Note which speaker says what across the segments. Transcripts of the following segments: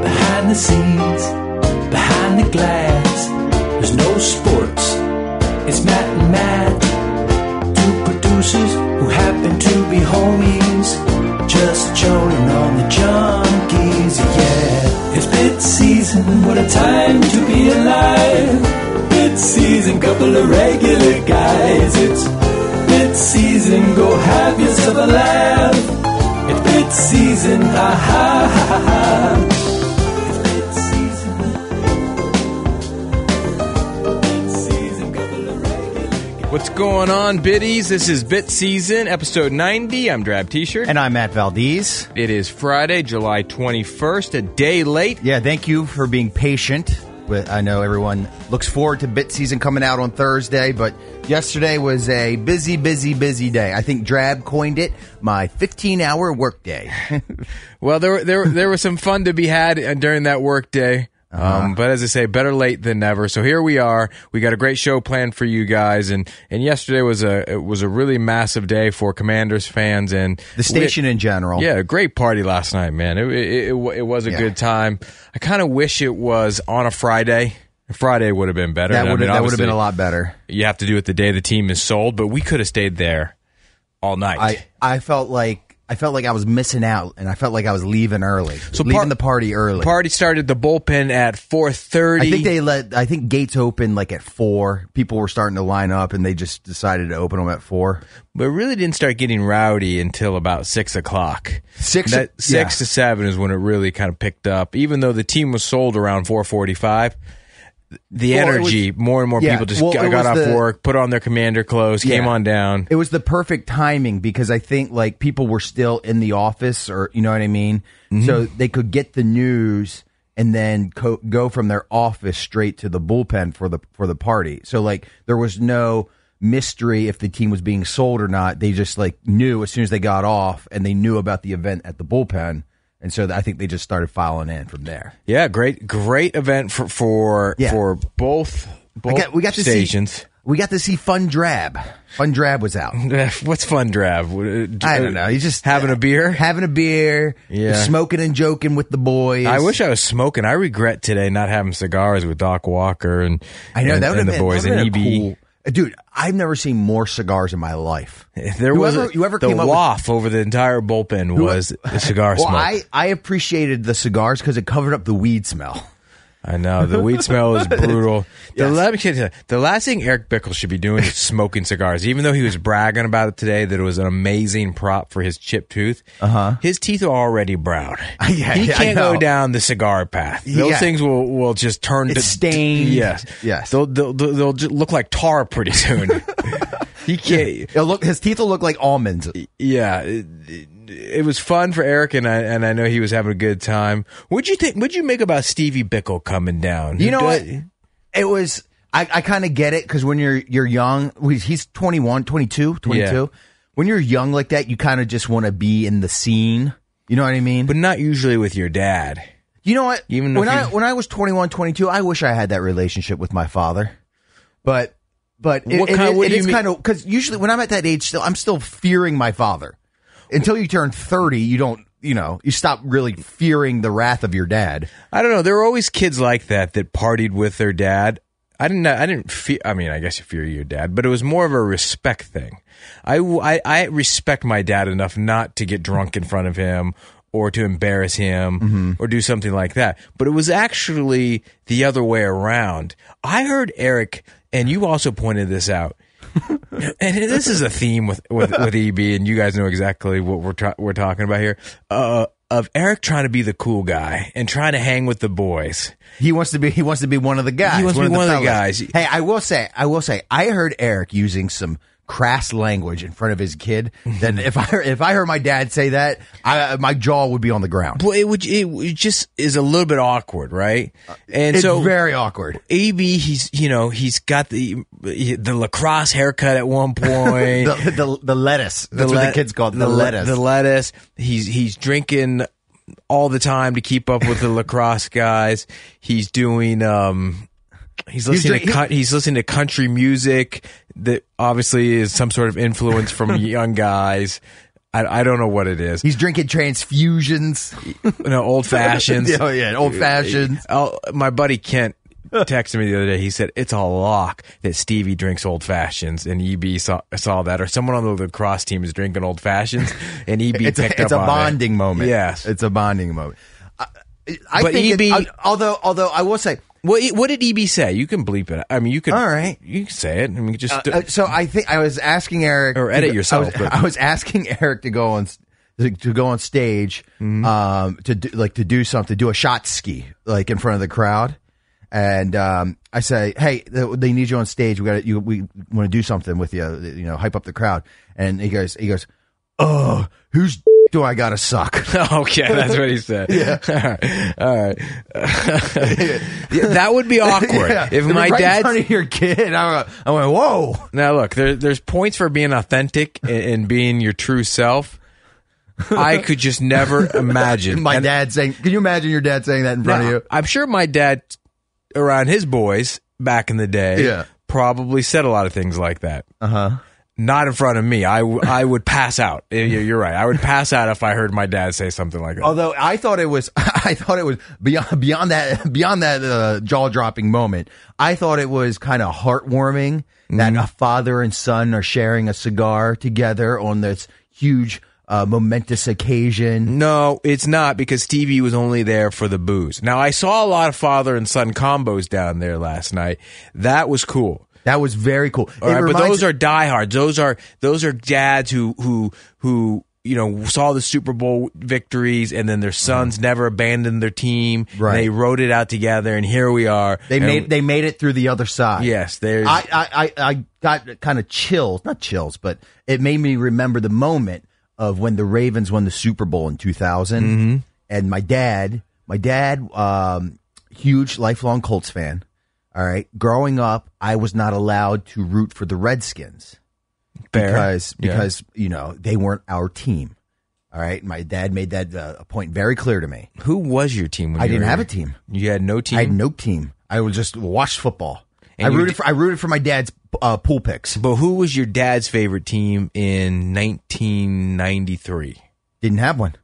Speaker 1: Behind the scenes, behind the glass, there's no sports. It's Matt and Matt, two producers who happen to be homies, just joning on the junkies. Yeah, it's bit season. What a time to be alive! Bit season, couple of regular guys. It's bit season. Go have yourself a laugh. It's bit season. ah, Ha ha ha ha. ha.
Speaker 2: What's going on, biddies? This is Bit Season, episode 90. I'm Drab T-shirt.
Speaker 3: And I'm Matt Valdez.
Speaker 2: it is Friday, July 21st, a day late.
Speaker 3: Yeah, thank you for being patient. But I know everyone looks forward to bit season coming out on Thursday, but yesterday was a busy, busy, busy day. I think Drab coined it my 15 hour workday.
Speaker 2: Well, there there there was some fun to be had uh, during that work day.
Speaker 3: Uh-huh.
Speaker 2: Um, but as I say, better late than never. So here we are. We got a great show planned for you guys, and and yesterday was a it was a really massive day for Commanders fans and
Speaker 3: The station in general.
Speaker 2: Yeah, great party last night, man. It it, it, wa- it was a
Speaker 3: Yeah.
Speaker 2: good time. I kind of wish it was on a Friday. Friday would have been better.
Speaker 3: That
Speaker 2: And I
Speaker 3: would
Speaker 2: mean,
Speaker 3: that would have been
Speaker 2: obviously,
Speaker 3: a lot better.
Speaker 2: You have to do it the day the team is sold, but we could have stayed there all night.
Speaker 3: I, I felt like I felt like I was missing out, and I felt like I was leaving early,
Speaker 2: So
Speaker 3: leaving
Speaker 2: par-
Speaker 3: the party early.
Speaker 2: Party started the bullpen at four thirty.
Speaker 3: I think they let. I think gates opened like at four. People were starting to line up, and they just decided to open them at four.
Speaker 2: but it really didn't start getting rowdy until about six o'clock.
Speaker 3: Six-
Speaker 2: That- six
Speaker 3: yeah.
Speaker 2: to seven is when it really kind of picked up. Even though the team was sold around four forty five, the
Speaker 3: Well, it
Speaker 2: energy
Speaker 3: was-
Speaker 2: more and more
Speaker 3: yeah,
Speaker 2: people just
Speaker 3: well,
Speaker 2: got,
Speaker 3: it
Speaker 2: got
Speaker 3: was
Speaker 2: off
Speaker 3: the-
Speaker 2: work, put on their commander clothes, came
Speaker 3: Yeah.
Speaker 2: on down.
Speaker 3: It was the perfect timing because I think like people were still in the office or you know what I mean? So they could get the news and then co- go from their office straight to the bullpen for the for the party. So like there was no mystery if the team was being sold or not. They just like knew as soon as they got off and they knew about the event at the bullpen. And so I think they just started filing in from there.
Speaker 2: Yeah, great, great event for for
Speaker 3: Yeah.
Speaker 2: for both both
Speaker 3: I got, we got to see
Speaker 2: stations.
Speaker 3: we got to see Fun Drab. Fun Drab was out.
Speaker 2: What's fun, Drav? uh,
Speaker 3: I don't know. He's just uh,
Speaker 2: having a beer.
Speaker 3: having a beer,
Speaker 2: Yeah.
Speaker 3: smoking and joking with the boys.
Speaker 2: I wish I was smoking. I regret today not having cigars with Doc Walker and
Speaker 3: I know
Speaker 2: and,
Speaker 3: that would have
Speaker 2: and
Speaker 3: been
Speaker 2: the boys E
Speaker 3: that
Speaker 2: and
Speaker 3: would've
Speaker 2: EB.
Speaker 3: been a cool- Dude, I've never seen more cigars in my life.
Speaker 2: There was
Speaker 3: Whoever-
Speaker 2: a,
Speaker 3: whoever
Speaker 2: the
Speaker 3: came up with-
Speaker 2: waff over the entire bullpen was the cigar
Speaker 3: Well,
Speaker 2: smoke.
Speaker 3: I, I appreciated the cigars because it covered up the weed smell.
Speaker 2: I know the weed smell is brutal. The,
Speaker 3: Yes.
Speaker 2: let me tell you, the last thing Eric Bickle should be doing is smoking cigars. Even though he was bragging about it today that it was an amazing prop for his chipped tooth, uh-huh. his teeth are already brown.
Speaker 3: Yeah,
Speaker 2: he
Speaker 3: yeah, I
Speaker 2: can't go
Speaker 3: know.
Speaker 2: down the cigar path. Those
Speaker 3: Yeah.
Speaker 2: things will will just turn to
Speaker 3: It's stained.
Speaker 2: Yes,
Speaker 3: Yes.
Speaker 2: They'll they'll, they'll, they'll ju- look like tar pretty soon. he can't.
Speaker 3: It'll look his teeth will look like almonds.
Speaker 2: Yeah, it, it- it was fun for Eric, and I and I know he was having a good time. What'd you think? What'd you make about Stevie Bickle coming down?
Speaker 3: You know what?
Speaker 2: Who
Speaker 3: It was I, I kind of get it because when you're you're young, we- he's 21, 22, 22. When you're young like that, you kind of just want to be in the scene. You know what I mean?
Speaker 2: but not usually with your dad.
Speaker 3: You know what?
Speaker 2: Even
Speaker 3: when
Speaker 2: if
Speaker 3: I
Speaker 2: you-
Speaker 3: when I was 21, 22, I wish I had that relationship with my father. But but it,
Speaker 2: What
Speaker 3: it-
Speaker 2: kind-
Speaker 3: it-
Speaker 2: what
Speaker 3: it
Speaker 2: do you
Speaker 3: is
Speaker 2: mean-
Speaker 3: kind of because usually when I'm at that age, still I'm still fearing my father. Until you turn thirty, you don't you know you stop really fearing the wrath of your dad.
Speaker 2: I don't know. There were always kids like that that partied with their dad. I didn't. I didn't fear. I mean, I guess you fear your dad, but it was more of a respect thing. I, w- I- I respect my dad enough not to get drunk in front of him or to embarrass him or do something like that. But it was actually the other way around. I heard Eric, and you also pointed this out. and this is a theme with, with, with EB, and you guys know exactly what we're tra- we're talking about here. Uh, of Eric trying to be the cool guy and trying to hang with the boys.
Speaker 3: He wants to be he wants to be one of the guys.
Speaker 2: He wants to be one of the
Speaker 3: fellas.
Speaker 2: guys.
Speaker 3: Hey, I will say I will say I heard Eric using some crass language in front of his kid, then if I if I heard my dad say that, I, my jaw would be on the ground.
Speaker 2: Well, it would it, it just is a little bit awkward, right? And
Speaker 3: It's
Speaker 2: so
Speaker 3: very awkward.
Speaker 2: AB, he's you know he's got the the lacrosse haircut at one point.
Speaker 3: The, the, the lettuce. That's what
Speaker 2: le-
Speaker 3: the kids call it. The,
Speaker 2: le-
Speaker 3: lettuce.
Speaker 2: The lettuce. He's he's drinking all the time to keep up with the lacrosse guys. He's doing um he's listening to
Speaker 3: drink-
Speaker 2: cou- he's listening to country music that obviously is some sort of influence from young guys. I, I don't know what it is.
Speaker 3: He's drinking transfusions.
Speaker 2: You know, old fashions.
Speaker 3: oh yeah, old fashions.
Speaker 2: Oh, my buddy Kent texted me the other day. He said it's a lock that Stevie drinks old fashions, and EB saw saw that, or someone on the lacrosse team is drinking old fashions, and EB
Speaker 3: It's
Speaker 2: picked
Speaker 3: a, it's a
Speaker 2: up on it.
Speaker 3: bonding moment.
Speaker 2: Yes.
Speaker 3: it's a bonding moment. I, I
Speaker 2: But
Speaker 3: think
Speaker 2: EB
Speaker 3: it, I- although although I will say
Speaker 2: what, what did EB say? You can bleep it. I mean, you can.
Speaker 3: All right.
Speaker 2: you can say it. I mean, just
Speaker 3: Uh, so I think I was asking Eric
Speaker 2: Or edit
Speaker 3: to go-
Speaker 2: yourself,
Speaker 3: I was,
Speaker 2: but-
Speaker 3: I was asking Eric to go on s- to, to go on stage
Speaker 2: Mm-hmm.
Speaker 3: um, to do, like to do something, do a shot ski like in front of the crowd, and um, I say, hey, th- they need you on stage. We got you. We want to do something with you. You know, hype up the crowd. And he goes, he goes, oh, who's do I gotta suck?
Speaker 2: okay, that's what he said. Yeah. All right. Yeah, that would be awkward
Speaker 3: Yeah.
Speaker 2: if
Speaker 3: Right
Speaker 2: my
Speaker 3: in
Speaker 2: dad
Speaker 3: front of your kid, I went, I went whoa.
Speaker 2: Now, look, there, there's points for being authentic and, and being your true self. I could just never imagine.
Speaker 3: My
Speaker 2: And
Speaker 3: dad saying, can you imagine your dad saying that in front
Speaker 2: now,
Speaker 3: of you?
Speaker 2: I'm sure my dad, around his boys back in the day,
Speaker 3: Yeah. Uh-huh.
Speaker 2: probably said a lot of things like that. Uh huh. Not in front of me. I, w- I would pass out. Yeah, You're right. I would pass out if I heard my dad say something like that.
Speaker 3: Although I thought it was, I thought it was beyond beyond that beyond that uh, jaw dropping moment. I thought it was kind of heartwarming that
Speaker 2: Mm-hmm.
Speaker 3: a father and son are sharing a cigar together on this huge uh, momentous
Speaker 2: Mm-hmm.
Speaker 3: occasion.
Speaker 2: No, it's not because Stevie was only there for the booze. Now I saw a lot of father and son combos down there last night. That was cool.
Speaker 3: That was very cool.
Speaker 2: All right, but those are diehards. Those are those are dads who who who you know saw the Super Bowl victories, and then their sons never abandoned their team. and
Speaker 3: Mm-hmm. Right.
Speaker 2: they rode it out together, and here we are.
Speaker 3: they
Speaker 2: And-
Speaker 3: made they made it through the other side.
Speaker 2: yes. There's
Speaker 3: I, I, I, I got kind of chills, not chills, but it made me remember the moment of when the Ravens won the Super Bowl in 2000.
Speaker 2: Mm-hmm.
Speaker 3: And my dad, my dad, um, huge lifelong Colts fan. All right. Growing up, I was not allowed to root for the Redskins
Speaker 2: fair.
Speaker 3: because
Speaker 2: Yeah.
Speaker 3: because you know they weren't our team. All right. My dad made that uh, a point very clear to me.
Speaker 2: who was your team? When
Speaker 3: I
Speaker 2: you
Speaker 3: didn't
Speaker 2: were
Speaker 3: have a
Speaker 2: here?
Speaker 3: team.
Speaker 2: You had no team.
Speaker 3: I had no team. I would just watch football.
Speaker 2: And
Speaker 3: I
Speaker 2: you d-
Speaker 3: rooted for I rooted for my dad's uh, pool picks.
Speaker 2: but who was your dad's favorite team in 1993?
Speaker 3: Didn't have one.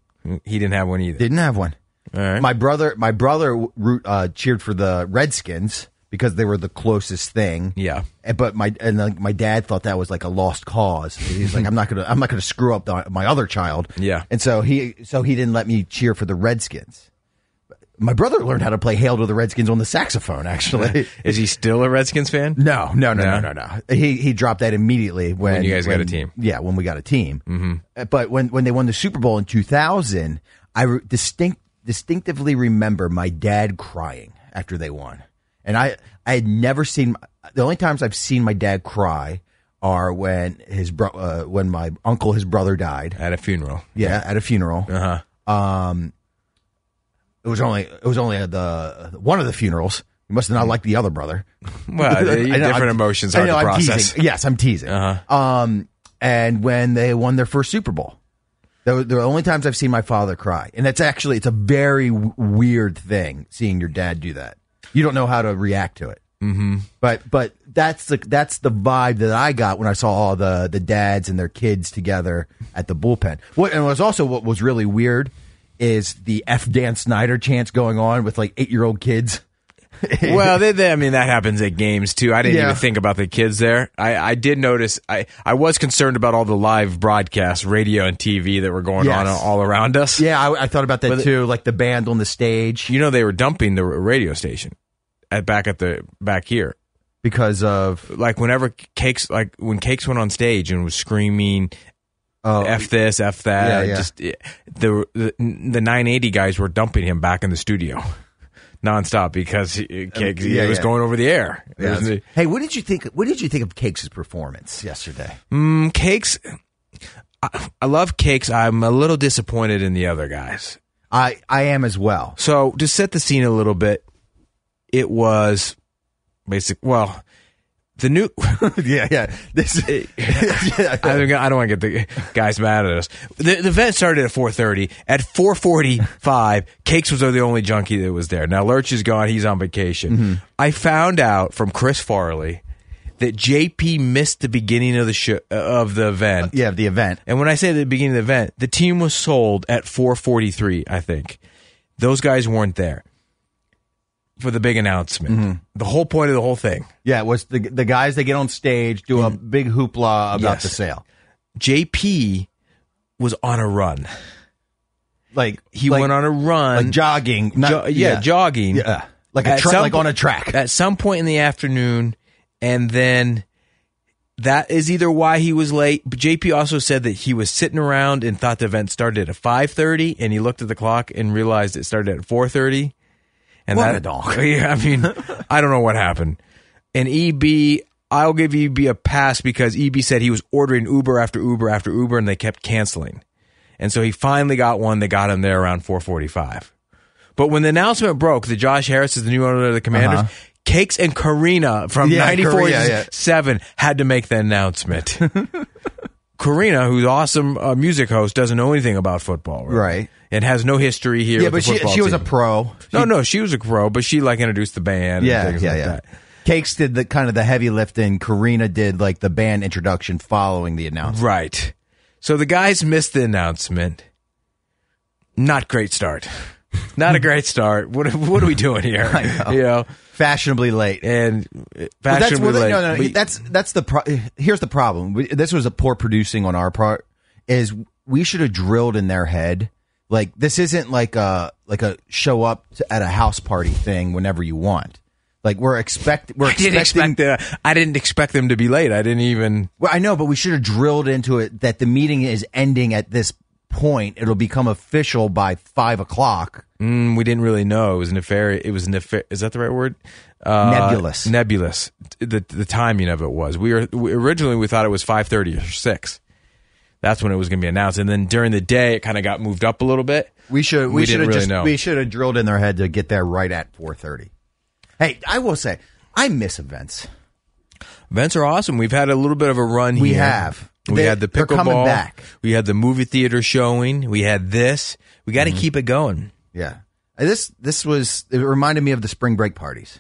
Speaker 2: He didn't have one either.
Speaker 3: Didn't have one.
Speaker 2: All right.
Speaker 3: My brother, my brother root, uh, cheered for the Redskins because they were the closest thing.
Speaker 2: yeah.
Speaker 3: And- But my and like my dad thought that was like a lost cause. He's like, I'm not gonna, I'm not gonna screw up the, my other child.
Speaker 2: Yeah.
Speaker 3: And so he, so he didn't let me cheer for the Redskins. My brother learned how to play "Hail to the Redskins" on the saxophone. Actually,
Speaker 2: Is he still a Redskins fan?
Speaker 3: no, no, no, no,
Speaker 2: No?
Speaker 3: no, no. He he dropped that immediately when,
Speaker 2: When you guys got a
Speaker 3: when-
Speaker 2: team.
Speaker 3: Yeah, when we got a team. Mm-hmm. But when when they won the Super Bowl in 2000, I re- distinct distinctively remember my dad crying after they won, and I I had never seen the only times I've seen my dad cry are when his bro uh, when my uncle his brother died.
Speaker 2: At a funeral.
Speaker 3: Yeah, at a funeral.
Speaker 2: Uh-huh.
Speaker 3: It was only it was only at the one of the funerals. He must
Speaker 2: Mm-hmm.
Speaker 3: have not liked the other brother.
Speaker 2: Well,
Speaker 3: I know,
Speaker 2: different
Speaker 3: I'm-
Speaker 2: emotions
Speaker 3: I
Speaker 2: hard
Speaker 3: know,
Speaker 2: to
Speaker 3: I'm
Speaker 2: process. Uh-huh.
Speaker 3: teasing. Yes, I'm teasing. Um, and when they won their first Super Bowl, the, the only times I've seen my father cry, and that's actually it's a very w- weird thing seeing your dad do that. You don't know how to react to it. Mm-hmm. But but that's the that's the vibe that I got when I saw all the the dads and their kids together at the bullpen. What and was also what was really weird is the F Dan Snyder chants going on with like eight year old kids.
Speaker 2: well, they, they, I mean that happens at games too. I didn't
Speaker 3: Yeah.
Speaker 2: even think about the kids there. I, I did notice. I, I was concerned about all the live broadcasts, radio and TV that were going on
Speaker 3: Yes.
Speaker 2: all around us.
Speaker 3: Yeah, I, I thought about that too. Like the band on the stage
Speaker 2: You know they were dumping the radio station at back at the back here.
Speaker 3: because of
Speaker 2: Like whenever cakes, like when cakes went on stage and was screaming
Speaker 3: oh,
Speaker 2: "f this, f that," eh,
Speaker 3: Yeah, yeah.
Speaker 2: just the the the 980 guys were dumping him back in the studio. nonstop because he, it, it
Speaker 3: Um, yeah,
Speaker 2: was
Speaker 3: yeah.
Speaker 2: going over the air. It
Speaker 3: Yeah,
Speaker 2: was-
Speaker 3: that's- hey, what did you think? What did you think of Cakes' performance yesterday?
Speaker 2: Mm, cakes. I, I love cakes. I'm a little disappointed in the other guys.
Speaker 3: I I am as well.
Speaker 2: So to set the scene a little bit, it was basic. Well, the new.
Speaker 3: yeah, yeah. This yeah,
Speaker 2: I don't, I don't want to get the guys mad at us. The, the event started at 4.30. At 4.45, Cakes was the only junkie that was there. Now, Lurch is gone. He's on vacation. I found out from Chris Farley that JP missed the beginning of the show, of the event.
Speaker 3: yeah, the event.
Speaker 2: And when I say the beginning of the event, the team was sold at 4:43, I think. Those guys weren't there for the big announcement.
Speaker 3: Mm-hmm.
Speaker 2: The whole point of the whole thing.
Speaker 3: Yeah, it was the the guys that get on stage do a big hoopla about
Speaker 2: Mm-hmm. Yes.
Speaker 3: the sale.
Speaker 2: JP was on a run.
Speaker 3: Like
Speaker 2: He
Speaker 3: like-
Speaker 2: went on a run.
Speaker 3: like jogging, not-
Speaker 2: Jo- yeah, jogging.
Speaker 3: yeah, like a
Speaker 2: At
Speaker 3: tra-
Speaker 2: some
Speaker 3: like
Speaker 2: po-
Speaker 3: on a track.
Speaker 2: at some point in the afternoon and then that is either why he was late. But JP also said that he was sitting around and thought the event started at 5:30 and he looked at the clock and realized it started at 4:30. And
Speaker 3: What
Speaker 2: that
Speaker 3: a dog.
Speaker 2: Yeah, I mean, I don't know what happened. And EB I'll give EB a pass because EB said he was ordering Uber after Uber after Uber and they kept canceling. And so he finally got one that got him there around 4:45. But when the announcement broke that Josh Harris is the new owner of the Commanders,
Speaker 3: Uh-huh.
Speaker 2: Cakes and Karina from
Speaker 3: Yeah,
Speaker 2: 94
Speaker 3: Karina, yeah.
Speaker 2: 7 had to make the announcement. Karina, who's awesome uh, music host, doesn't know anything about football, right?
Speaker 3: Right.
Speaker 2: And has no history here.
Speaker 3: Yeah,
Speaker 2: with
Speaker 3: but
Speaker 2: the
Speaker 3: she
Speaker 2: football
Speaker 3: she was a
Speaker 2: team.
Speaker 3: pro.
Speaker 2: No,
Speaker 3: She-
Speaker 2: no, she was a pro, but she like introduced the band.
Speaker 3: yeah,
Speaker 2: and things
Speaker 3: yeah,
Speaker 2: like
Speaker 3: yeah.
Speaker 2: That.
Speaker 3: Cakes did the kind of the heavy lifting. Karina did like the band introduction following the announcement.
Speaker 2: Right. So the guys missed the announcement. Not great start. Not a great start. What what are we doing here?
Speaker 3: know.
Speaker 2: You know,
Speaker 3: Fashionably late.
Speaker 2: and uh,
Speaker 3: Well, that's,
Speaker 2: fashionably
Speaker 3: well,
Speaker 2: late.
Speaker 3: no, no, no,
Speaker 2: but-
Speaker 3: that's that's the pro- here's the problem. We, this was a poor producing on our part. Is we should have drilled in their head like this isn't like a like a show up to, at a house party thing whenever you want. Like we're expect we're
Speaker 2: I
Speaker 3: expecting.
Speaker 2: didn't expect the, I didn't expect them to be late. I didn't even.
Speaker 3: well, I know, but we should have drilled into it that the meeting is ending at this point. It'll become official by five o'clock.
Speaker 2: Mm, we didn't really know. It was nefarious. It was nefarious. Is that the right word? Uh,
Speaker 3: Nebulous.
Speaker 2: Nebulous. The the timing of it was. We were we, originally we thought it was five thirty or six. That's when it was going to be announced, and then during the day it kind of got moved up a little bit.
Speaker 3: We should
Speaker 2: We
Speaker 3: we, should
Speaker 2: didn't
Speaker 3: have
Speaker 2: really
Speaker 3: just
Speaker 2: know.
Speaker 3: we should have drilled in their head to get there right at four thirty. Hey, I will say I miss events.
Speaker 2: Events are awesome. We've had a little bit of a run
Speaker 3: We
Speaker 2: here.
Speaker 3: have.
Speaker 2: We
Speaker 3: They-
Speaker 2: had the
Speaker 3: they're
Speaker 2: pickleball.
Speaker 3: coming back.
Speaker 2: We had the movie theater showing. We had this. We got to
Speaker 3: Mm-hmm.
Speaker 2: keep it going.
Speaker 3: Yeah. Uh, This this was it reminded me of the spring break parties.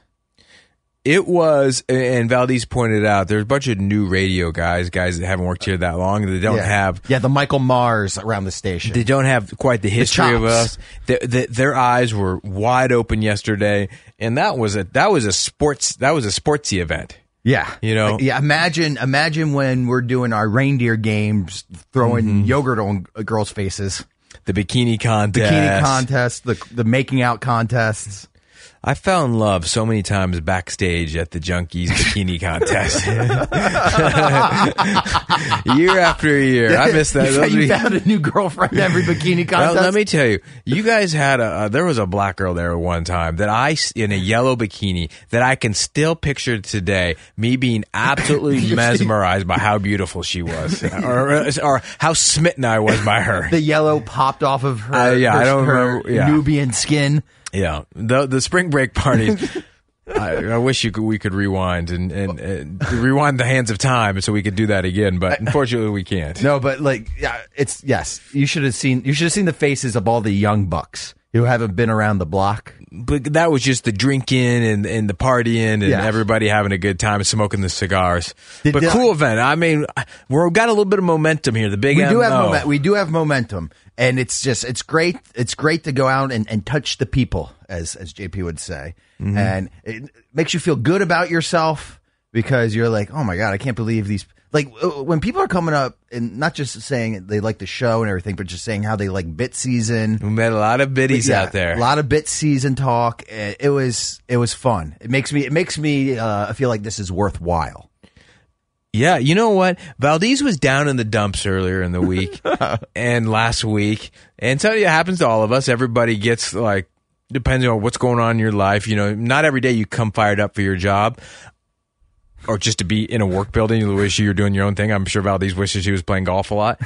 Speaker 2: It was, and Valdez pointed out, there's a bunch of new radio guys, guys that haven't worked here that long, that don't
Speaker 3: yeah.
Speaker 2: have,
Speaker 3: Yeah, the Michael Mars around the station.
Speaker 2: they don't have quite the history of us.
Speaker 3: chops.
Speaker 2: The, the, their eyes were wide open yesterday, and that was a that was a sports that was a sportsy event.
Speaker 3: yeah.
Speaker 2: You know?
Speaker 3: Like, yeah, imagine imagine when we're doing our reindeer games throwing
Speaker 2: Mm-hmm.
Speaker 3: yogurt on uh, girls' faces.
Speaker 2: The bikini contest,
Speaker 3: Bikini contests, the the making out contests.
Speaker 2: I fell in love so many times backstage at the Junkies Bikini Contest. year after year, I missed that.
Speaker 3: You
Speaker 2: Those
Speaker 3: found- you
Speaker 2: be-
Speaker 3: found a new girlfriend every bikini
Speaker 2: Well,
Speaker 3: contest.
Speaker 2: let me tell you, you guys had a. Uh, there was a black girl there one time that I s- in a yellow bikini that I can still picture today. Me being absolutely mesmerized by how beautiful she was, or uh, or how smitten I was by her.
Speaker 3: the yellow popped off of her,
Speaker 2: Uh, yeah,
Speaker 3: her,
Speaker 2: I don't
Speaker 3: her
Speaker 2: remember- yeah.
Speaker 3: Nubian skin.
Speaker 2: Yeah, the the spring break parties. I, I wish you could, we could rewind and, and, and rewind the hands of time so we could do that again, but unfortunately we can't.
Speaker 3: No, but like, yeah, it's yes. You should have seen. You should have seen the faces of all the young bucks who haven't been around the block.
Speaker 2: But that was just the drinking and, and the partying and
Speaker 3: Yeah.
Speaker 2: everybody having a good time and smoking the cigars.
Speaker 3: Did
Speaker 2: but
Speaker 3: the-
Speaker 2: cool event. I mean, we've got a little bit of momentum here. The big
Speaker 3: we do have
Speaker 2: MO.
Speaker 3: momen- we do have momentum, and it's just it's great. It's great to go out and, and touch the people, as as JP would say, and it makes you feel good about yourself because you're like, oh my god, I can't believe these. Like uh, when people are coming up and not just saying they like the show and everything, but just saying how they like bit season.
Speaker 2: we met a lot of biddies
Speaker 3: Yeah,
Speaker 2: out there.
Speaker 3: A lot of bit season talk. It, it was it was fun. It makes me it makes me uh, feel like this is worthwhile.
Speaker 2: Yeah, you know what? Valdez was down in the dumps earlier in the week and last week. And so it happens to all of us. Everybody gets like depending on what's going on in your life, you know, not every day you come fired up for your job or just to be in a work building. You wish you were doing your own thing. I'm sure Valdez wishes he was playing golf a lot.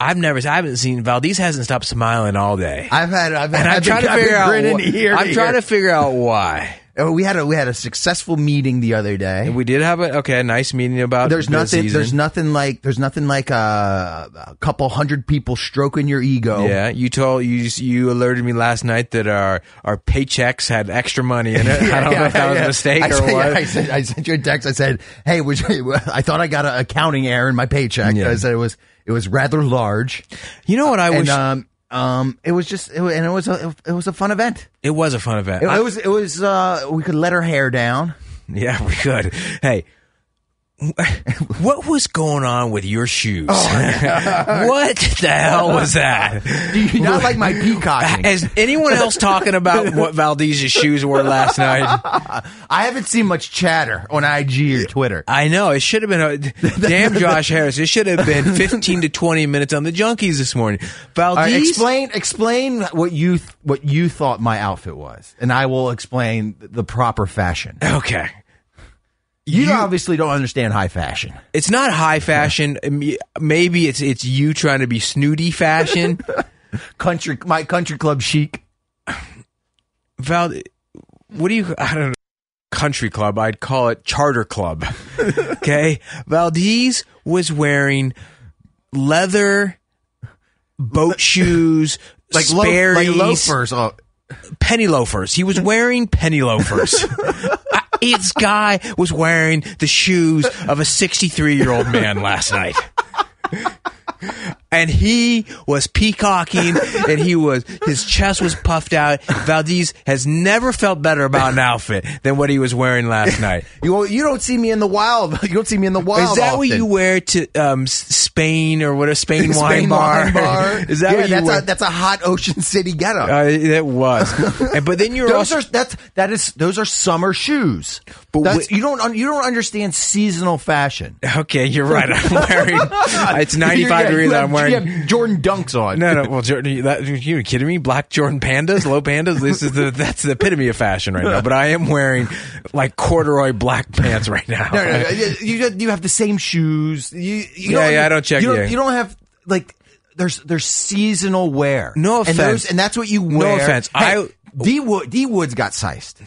Speaker 2: I've never, I haven't seen Valdez hasn't stopped smiling all day.
Speaker 3: I've had I've,
Speaker 2: and I'm
Speaker 3: I've
Speaker 2: trying
Speaker 3: been,
Speaker 2: to
Speaker 3: I've been
Speaker 2: figure out.
Speaker 3: grinning
Speaker 2: why-
Speaker 3: ear
Speaker 2: I'm
Speaker 3: to
Speaker 2: trying
Speaker 3: ear.
Speaker 2: to figure out why.
Speaker 3: Oh, we had a we had a successful meeting the other day.
Speaker 2: We did have a okay, a nice meeting about.
Speaker 3: there's
Speaker 2: the
Speaker 3: nothing
Speaker 2: season.
Speaker 3: there's nothing like there's nothing like a, a couple hundred people stroking your ego.
Speaker 2: Yeah, you told you you alerted me last night that our our paychecks had extra money in it. I don't know if that was
Speaker 3: yeah.
Speaker 2: a mistake
Speaker 3: I
Speaker 2: or
Speaker 3: said,
Speaker 2: what.
Speaker 3: I said, I sent you a text. I said, "Hey, was I thought I got an accounting error in my paycheck."
Speaker 2: Yeah.
Speaker 3: I said it was it was rather large,
Speaker 2: you know what I
Speaker 3: and
Speaker 2: wish?
Speaker 3: um um it was just it, wa- and it was a it was a fun event.
Speaker 2: it was a fun event.
Speaker 3: It,
Speaker 2: I-
Speaker 3: it was it was uh we could let her hair down.
Speaker 2: Yeah, we could. Hey, what was going on with your shoes?
Speaker 3: Oh,
Speaker 2: what the hell was that?
Speaker 3: Do you not like my peacocking?
Speaker 2: Is anyone else talking about what Valdez's shoes were last night?
Speaker 3: I haven't seen much chatter on IG or Twitter.
Speaker 2: I know it should have been. A, damn, Josh Harris! It should have been fifteen to twenty minutes on the Junkies this morning.
Speaker 3: All right,
Speaker 2: Valdez,
Speaker 3: explain explain what you th- what you thought my outfit was, and I will explain the proper fashion.
Speaker 2: Okay,
Speaker 3: You, obviously don't understand high fashion.
Speaker 2: it's not high fashion. M- Maybe it's it's you trying to be snooty fashion.
Speaker 3: Country, my country club chic.
Speaker 2: Val, what do you? I don't know. Country club. I'd call it charter club. okay. Valdez was wearing leather boat shoes,
Speaker 3: like lo-
Speaker 2: Sperry's,
Speaker 3: like loafers. Oh,
Speaker 2: penny loafers. He was wearing penny loafers. I- This guy was wearing the shoes of a 63 year old man last night. And he was peacocking and he was, his chest was puffed out. Valdez has never felt better about an outfit than what he was wearing last night.
Speaker 3: you you don't see me in the wild. You don't see me in the wild.
Speaker 2: Is that what
Speaker 3: often.
Speaker 2: you wear to um, S- Spain or what a Spain,
Speaker 3: Spain
Speaker 2: wine, bar? Is that
Speaker 3: yeah,
Speaker 2: what you
Speaker 3: that's
Speaker 2: wear?
Speaker 3: a that's a hot Ocean City getup.
Speaker 2: uh, it was. And- but then you're
Speaker 3: those
Speaker 2: also
Speaker 3: are that's that is those are summer shoes.
Speaker 2: But
Speaker 3: That's-
Speaker 2: wh-
Speaker 3: you don't un- you don't understand seasonal fashion.
Speaker 2: Okay, you're right. I'm wearing. It's 95
Speaker 3: Yeah,
Speaker 2: degrees.
Speaker 3: you
Speaker 2: I'm
Speaker 3: have- you
Speaker 2: wearing.
Speaker 3: have Jordan dunks on.
Speaker 2: No, no. Well, Jordan, that, you kidding me? Black Jordan pandas, low pandas. This is the that's the epitome of fashion right now. But I am wearing like corduroy black pants right now.
Speaker 3: No, no, no. You, you you have the same shoes. You, you
Speaker 2: Yeah, yeah, I don't check
Speaker 3: You don't,
Speaker 2: you.
Speaker 3: you don't have like there's there's seasonal wear.
Speaker 2: No
Speaker 3: and those-
Speaker 2: offense.
Speaker 3: and that's what you wear.
Speaker 2: offense.
Speaker 3: Hey,
Speaker 2: I-
Speaker 3: D Wood D Wood's got sized,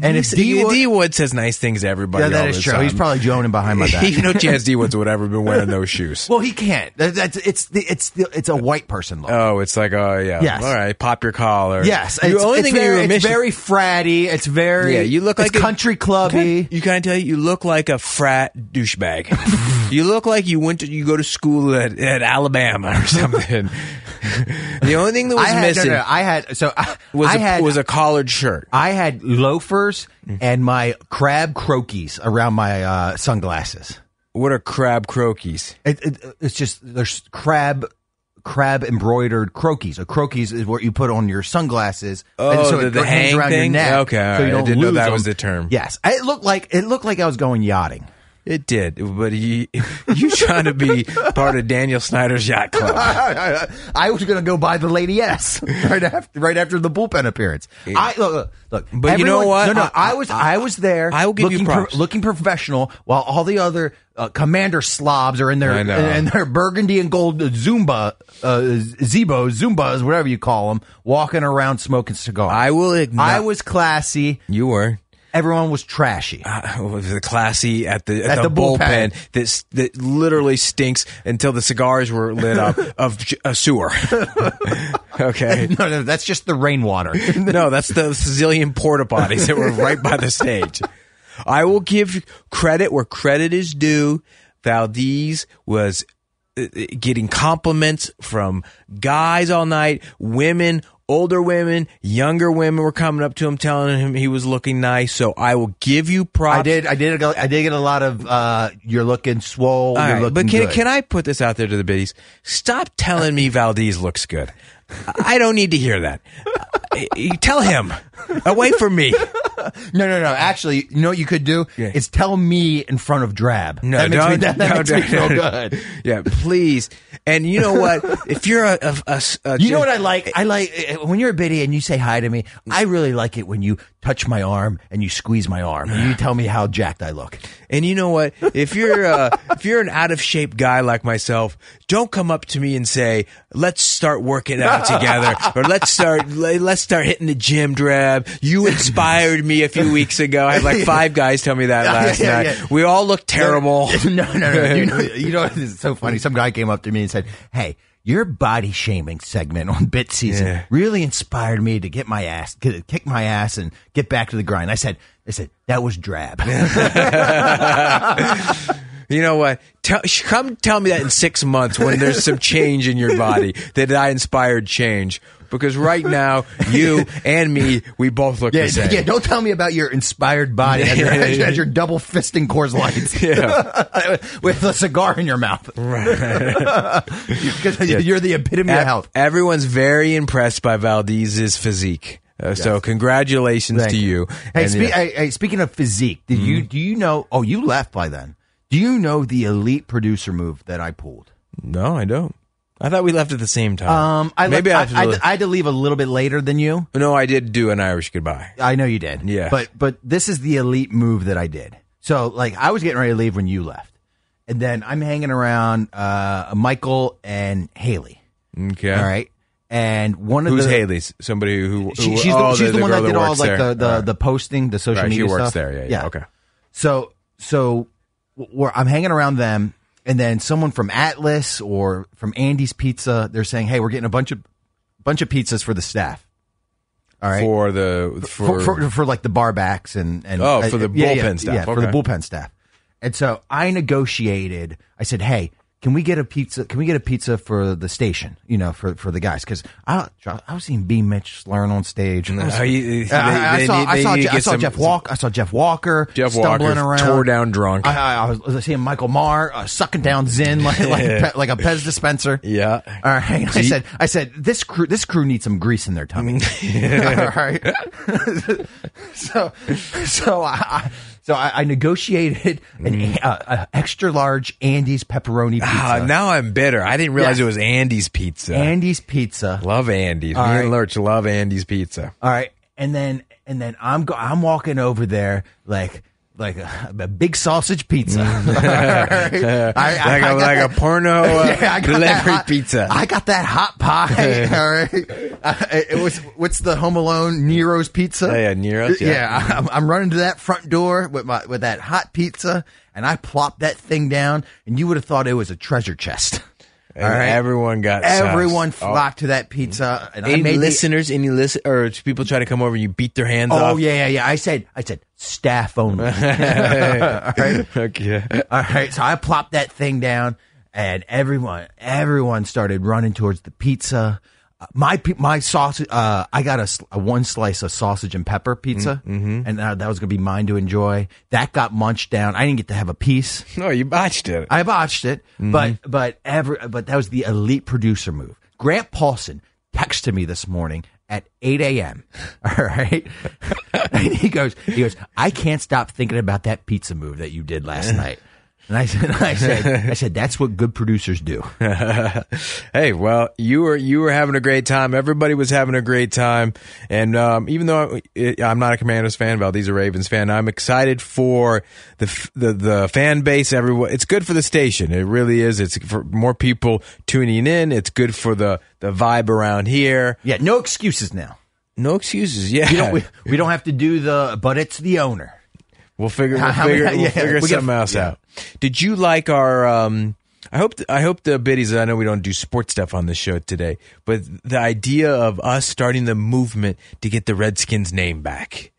Speaker 3: and if D Wood,
Speaker 2: D Wood says nice things to everybody.
Speaker 3: yeah, that
Speaker 2: all
Speaker 3: is
Speaker 2: the
Speaker 3: true.
Speaker 2: time.
Speaker 3: He's probably joning behind my back.
Speaker 2: He- no chance D Wood's would ever been wearing those shoes.
Speaker 3: well, he can't. That- That's it's the it's the it's a white person look.
Speaker 2: Oh, it's like oh yeah.
Speaker 3: Yes.
Speaker 2: All right, pop your collar.
Speaker 3: Yes,
Speaker 2: The
Speaker 3: it's,
Speaker 2: only
Speaker 3: it's
Speaker 2: thing that you
Speaker 3: very,
Speaker 2: were
Speaker 3: it's
Speaker 2: missing.
Speaker 3: very fratty. It's very
Speaker 2: Yeah, you look
Speaker 3: it's
Speaker 2: like a-
Speaker 3: country clubby.
Speaker 2: You kind of tell you, you look like a frat douchebag. you look like you went to you go to school at, at Alabama or something. the only thing that was
Speaker 3: I had, no,
Speaker 2: missing
Speaker 3: no, no, I had so I,
Speaker 2: was
Speaker 3: I
Speaker 2: a,
Speaker 3: had
Speaker 2: was a Mm. collared shirt.
Speaker 3: I had loafers and my crab croquis around my uh, sunglasses.
Speaker 2: What are crab croquis?
Speaker 3: It, it, it's just there's crab crab embroidered croquis. A croquis is what you put on your sunglasses.
Speaker 2: Oh, the- the
Speaker 3: hangs
Speaker 2: hang
Speaker 3: around
Speaker 2: thing?
Speaker 3: your neck.
Speaker 2: Okay, all right.
Speaker 3: so
Speaker 2: I
Speaker 3: you don't
Speaker 2: didn't know
Speaker 3: lose
Speaker 2: that
Speaker 3: them.
Speaker 2: was the term.
Speaker 3: Yes, I- it looked like it looked like I was going yachting.
Speaker 2: It did, but you you trying to be part of Daniel Snyder's yacht club?
Speaker 3: I was going to go buy the Lady S right after right after the bullpen appearance. I look, look, look
Speaker 2: But you know what?
Speaker 3: No, no,
Speaker 2: I-
Speaker 3: I, was I was there.
Speaker 2: I will give you
Speaker 3: looking
Speaker 2: props.
Speaker 3: looking professional, while all the other uh, commander slobs are in their
Speaker 2: I
Speaker 3: and
Speaker 2: know.
Speaker 3: their burgundy and gold Zumba, uh, Zebos, Zumbas, whatever you call them, walking around smoking cigars.
Speaker 2: I will igno-
Speaker 3: I was classy.
Speaker 2: You were.
Speaker 3: Everyone was trashy.
Speaker 2: uh, was the classy at the at,
Speaker 3: At
Speaker 2: the,
Speaker 3: the
Speaker 2: bullpen,
Speaker 3: bullpen.
Speaker 2: that s- that literally stinks until the cigars were lit up of j- a sewer. okay.
Speaker 3: no, no, that's just the rainwater.
Speaker 2: No, that's the Sicilian porta potties that were right by the stage. I will give credit where credit is due. Valdez was uh, uh, getting compliments from guys all night, women, older women, younger women were coming up to him telling him he was looking nice. So I will give you props.
Speaker 3: I did. I did. I did get a lot of. Uh, you're looking swole.
Speaker 2: All
Speaker 3: you're
Speaker 2: right,
Speaker 3: looking
Speaker 2: but can,
Speaker 3: good.
Speaker 2: can I put this out there to the biddies? Stop telling me Valdez looks good. I don't need to hear that. you tell him away from me.
Speaker 3: No, no, no. Actually, you know what you could do
Speaker 2: Yeah.
Speaker 3: is tell me in front of Drab.
Speaker 2: No,
Speaker 3: that makes
Speaker 2: don't.
Speaker 3: me, that, that
Speaker 2: no,
Speaker 3: makes me
Speaker 2: don't,
Speaker 3: feel
Speaker 2: don't.
Speaker 3: good.
Speaker 2: Yeah, please. And you know what? If you're a, a- a- a-
Speaker 3: You know what I like? I like uh, when you're a biddy and you say hi to me. I really like it when you touch my arm and you squeeze my arm and you tell me how jacked I look.
Speaker 2: And you know what? If you're uh, if you're an out of shape guy like myself, don't come up to me and say, "Let's start working out together," or "Let's start le- let's start hitting the gym, Drab." You inspired me a few weeks ago. I had like five guys tell me that
Speaker 3: Yeah,
Speaker 2: last
Speaker 3: yeah,
Speaker 2: night.
Speaker 3: yeah.
Speaker 2: We all look terrible.
Speaker 3: no, no, no. You know, you know, it's so funny. Some guy came up to me and said, "Hey." Your body shaming segment on Bit Season
Speaker 2: Yeah.
Speaker 3: really inspired me to get my ass, get, kick my ass, and get back to the grind. I said, "I said that was drab."
Speaker 2: You know what? Tell, sh- come tell me that in six months when there's some change in your body that I inspired change. Because right now, you and me, we both look
Speaker 3: Yeah,
Speaker 2: the same.
Speaker 3: yeah. Don't tell me about your inspired body as you're, as you're- as you're double fisting Coors Lights with a cigar in your mouth. Because you're the epitome
Speaker 2: Ev-
Speaker 3: of health.
Speaker 2: Everyone's very impressed by Valdez's physique. Uh, So congratulations
Speaker 3: Thank
Speaker 2: to you.
Speaker 3: Hey,
Speaker 2: And,
Speaker 3: spe-
Speaker 2: yeah,
Speaker 3: hey, hey, speaking of physique, did you do you know? Oh, you left by then. Do you know the elite producer move that I pulled?
Speaker 2: no, I don't. I thought we left at the same time.
Speaker 3: Um, I left-
Speaker 2: maybe I,
Speaker 3: I, I, I had to leave a little bit later than you.
Speaker 2: no, I did do an Irish goodbye.
Speaker 3: I know you did.
Speaker 2: Yeah.
Speaker 3: But but this is the elite move that I did. So like I was getting ready to leave when you left. And then I'm hanging around uh Michael and Haley.
Speaker 2: Okay,
Speaker 3: All right. And one of
Speaker 2: Who's
Speaker 3: the
Speaker 2: Haley's? Somebody who, who
Speaker 3: She, she's the,
Speaker 2: oh,
Speaker 3: she's the, one
Speaker 2: girl
Speaker 3: that did all
Speaker 2: works
Speaker 3: like
Speaker 2: there.
Speaker 3: the the, the posting, the social
Speaker 2: Right, she
Speaker 3: media
Speaker 2: works
Speaker 3: stuff.
Speaker 2: there. Yeah, yeah, okay.
Speaker 3: So so w- we're, I'm hanging around them and then someone from Atlas or from Andy's Pizza, they're saying, "Hey, we're getting a bunch of bunch of pizzas for the staff." All right
Speaker 2: for the
Speaker 3: for, for, for like the bar backs and, and
Speaker 2: Oh, for the
Speaker 3: yeah,
Speaker 2: bullpen
Speaker 3: yeah,
Speaker 2: staff.
Speaker 3: Yeah, for the
Speaker 2: Okay.
Speaker 3: bullpen staff. And so I negotiated. I said, "Hey, can we get a pizza? Can we get a pizza for the station? You know, for for the guys? Because I don't- I was seeing B Mitch slurring on stage. I, was-
Speaker 2: Oh, you- they-
Speaker 3: I- I
Speaker 2: they
Speaker 3: saw,
Speaker 2: need-
Speaker 3: I
Speaker 2: they
Speaker 3: saw,
Speaker 2: need to
Speaker 3: Je- I
Speaker 2: get
Speaker 3: saw
Speaker 2: some-
Speaker 3: Jeff Walker. I saw Jeff Walker.
Speaker 2: Jeff
Speaker 3: stumbling
Speaker 2: Walker,
Speaker 3: around,
Speaker 2: tore down drunk.
Speaker 3: I, I, I was, I was seeing Michael Marr uh, sucking down Zin like like, a pe- like a Pez dispenser.
Speaker 2: Yeah.
Speaker 3: All right. I said, I said, this crew, this crew needs some grease in their tummy. All right. so, so I, I- so I, I negotiated an a- a- a extra large Andy's pepperoni pizza.
Speaker 2: Mm. Ah, now I'm bitter. I didn't realize
Speaker 3: Yeah.
Speaker 2: it was Andy's pizza.
Speaker 3: Andy's pizza.
Speaker 2: love Andy's. Me
Speaker 3: right.
Speaker 2: and Lurch love Andy's pizza.
Speaker 3: All right. And then, and then I'm go, I'm walking over there like, like a, a big sausage pizza. All right. I- I-
Speaker 2: Mm. like
Speaker 3: I
Speaker 2: a,
Speaker 3: got
Speaker 2: like a
Speaker 3: that-
Speaker 2: porno uh,
Speaker 3: Yeah, I got that
Speaker 2: delivery
Speaker 3: hot-
Speaker 2: pizza.
Speaker 3: I got that hot pie. All right, I, it was what's the Home Alone Nero's pizza?
Speaker 2: Yeah, yeah, Nero's, yeah.
Speaker 3: I'm, I'm running to that front door with my with that hot pizza, and I plopped that thing down, and you would have thought it was a treasure chest.
Speaker 2: And everyone got
Speaker 3: Everyone
Speaker 2: sauce. Oh.
Speaker 3: flocked to that pizza, and I
Speaker 2: Any
Speaker 3: made the-
Speaker 2: listeners, any listen, or people try to come over and you beat their hands
Speaker 3: Oh
Speaker 2: off?
Speaker 3: yeah, yeah, yeah. I said, I said, staff only. All right.
Speaker 2: okay.
Speaker 3: All right, so I plopped that thing down, and everyone, everyone started running towards the pizza. Uh, My pe- my sausage, uh, I got a, sl- a one slice of sausage and pepper pizza, and uh, that was gonna be mine to enjoy. That got munched down. I didn't get to have a piece.
Speaker 2: No, you botched it.
Speaker 3: I botched it,
Speaker 2: Mm-hmm.
Speaker 3: but but every but that was the elite producer move. Grant Paulson texted me this morning at 8 a.m. All right, and he goes, he goes, I can't stop thinking about that pizza move that you did last night. And I said, I said, I said, that's what good producers do.
Speaker 2: hey, well, you were you were having a great time. Everybody was having a great time, and um, even though I, I'm not a Commanders fan, Val, these are Ravens fan. I'm excited for the f- the the fan base. Everyone, it's good for the station. It really is. It's for more people tuning in. It's good for the the vibe around here.
Speaker 3: Yeah, no excuses now.
Speaker 2: No excuses. Yeah,
Speaker 3: You don't, we, we don't have to do the, but it's the owner.
Speaker 2: We'll figure. We'll
Speaker 3: How many-
Speaker 2: figure, we'll
Speaker 3: yeah,
Speaker 2: figure
Speaker 3: we get-
Speaker 2: something else
Speaker 3: yeah.
Speaker 2: out. Did you like our? Um, I hope. I hope the biddies. I know we don't do sports stuff on this show today, but the idea of us starting the movement to get the Redskins' name back.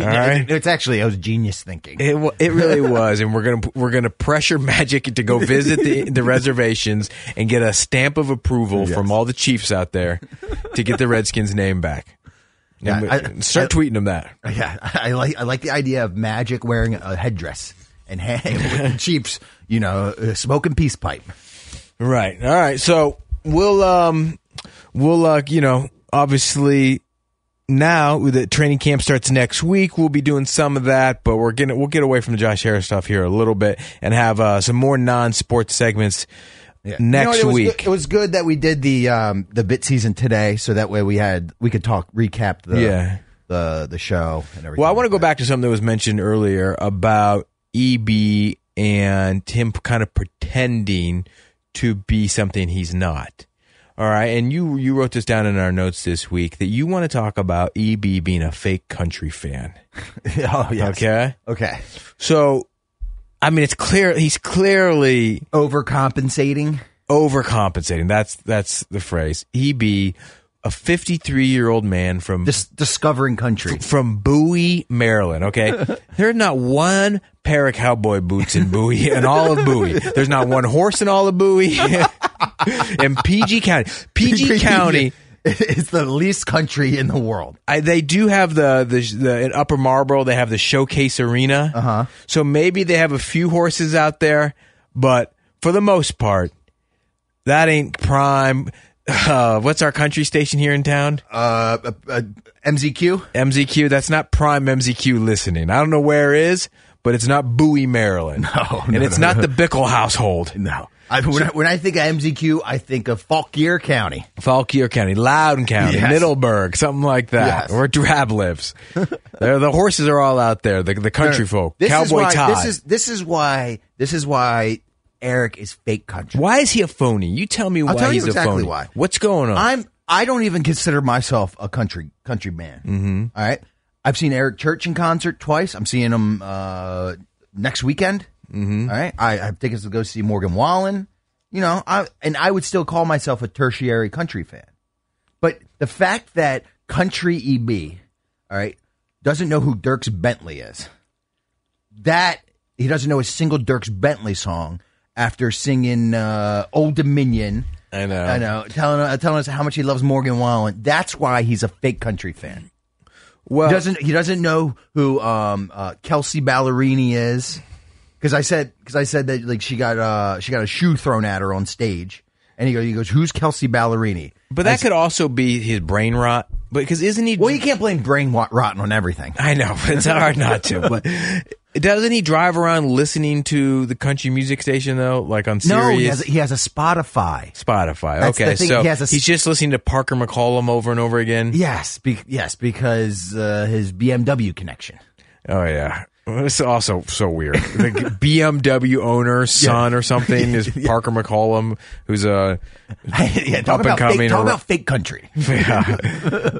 Speaker 2: All right.
Speaker 3: It's actually, it was genius thinking.
Speaker 2: It, wa- it really was, and we're gonna we're gonna pressure Magic to go visit the, the reservations and get a stamp of approval from all the chiefs out there to get the Redskins' name back.
Speaker 3: Yeah,
Speaker 2: And we-
Speaker 3: I-
Speaker 2: start tweeting them that.
Speaker 3: Yeah, I like I like the idea of magic wearing a headdress and hanging with the Chiefs, you know, uh, smoking peace pipe.
Speaker 2: Right. All right. So we'll um we'll uh you know obviously now the training camp starts next week. We'll be doing some of that, but we're gonna we'll get away from the Josh Harris stuff here a little bit and have uh, some more non-sports segments next
Speaker 3: You know, it was
Speaker 2: week.
Speaker 3: good- it was good that we did the um, the bit season today, so that way we had we could talk recap the
Speaker 2: Yeah.
Speaker 3: the the show and everything.
Speaker 2: Well, I want to
Speaker 3: like
Speaker 2: go
Speaker 3: that.
Speaker 2: back to something that was mentioned earlier about EB and Tim kind of pretending to be something he's not. All right, and you you wrote this down in our notes this week that you want to talk about EB being a fake country fan.
Speaker 3: oh yes.
Speaker 2: Okay,
Speaker 3: Okay.
Speaker 2: so I mean it's clear he's clearly
Speaker 3: Overcompensating.
Speaker 2: overcompensating. That's that's the phrase. EB, a 53 year old man from
Speaker 3: Dis- discovering country.
Speaker 2: from Bowie, Maryland. Okay, there's not one pair of cowboy boots in Bowie in all of Bowie. There's not one horse in all of Bowie. in PG County, PG County,
Speaker 3: is the least country in the world.
Speaker 2: I, they do have the the, the in Upper Marlboro. They have the Showcase Arena. Uh huh. So maybe they have a few horses out there, but for the most part, that ain't prime. Uh, what's our country station here in town?
Speaker 3: Uh, uh, uh, MZQ.
Speaker 2: MZQ. That's not prime MZQ listening. I don't know where it is, but it's not Bowie, Maryland.
Speaker 3: No,
Speaker 2: and
Speaker 3: no,
Speaker 2: it's
Speaker 3: no,
Speaker 2: not the Bickle household.
Speaker 3: No. I, when, I, when I think of MZQ, I think of Fauquier County.
Speaker 2: Fauquier County, Loudon County,
Speaker 3: Yes.
Speaker 2: Middleburg, something like that,
Speaker 3: Yes.
Speaker 2: or Drab lives. They're- the horses are all out there. The, the country folk,
Speaker 3: This is
Speaker 2: cowboy
Speaker 3: why,
Speaker 2: Todd.
Speaker 3: This is this is why this is why Eric is fake country.
Speaker 2: why is he a phony? You tell me why
Speaker 3: I'll tell
Speaker 2: he's
Speaker 3: you exactly
Speaker 2: a phony.
Speaker 3: why.
Speaker 2: What's going on?
Speaker 3: I'm I don't even consider myself a country country man. Mm-hmm. right, I've seen Eric Church in concert twice. I'm seeing him uh, next weekend. Mm-hmm. All right, I I have tickets to go see Morgan Wallen. You know, I and I would still call myself a tertiary country fan, but the fact that country EB, all right, doesn't know who Dirks Bentley is that he doesn't know a single Dirks Bentley song after singing uh, "Old Dominion."
Speaker 2: I know.
Speaker 3: I know, telling uh, telling us how much he loves Morgan Wallen. That's why he's a fake country fan.
Speaker 2: well,
Speaker 3: He doesn't he doesn't know who um, uh, Kelsey Ballerini is? Because I said because I said that like she got uh, she got a shoe thrown at her on stage, and he goes he goes who's Kelsey Ballerini?
Speaker 2: but that could also be his brain rot. Because isn't he?
Speaker 3: Well, you can't blame brain wa- rotten on everything.
Speaker 2: I know, but it's hard not to. But doesn't he drive around listening to the country music station though, like on
Speaker 3: No, he
Speaker 2: Sirius?
Speaker 3: has, he has a Spotify.
Speaker 2: Spotify.
Speaker 3: That's the
Speaker 2: okay,
Speaker 3: thing,
Speaker 2: so
Speaker 3: he has a-
Speaker 2: he's just listening to Parker McCollum over and over again.
Speaker 3: Yes, be- yes, because uh, his BMW connection.
Speaker 2: Oh yeah, it's also so weird. The BMW owner's son or something is Parker McCollum, who's a
Speaker 3: yeah,
Speaker 2: Up and
Speaker 3: talk about
Speaker 2: coming
Speaker 3: Fake, talk
Speaker 2: or-
Speaker 3: about fake country.
Speaker 2: yeah.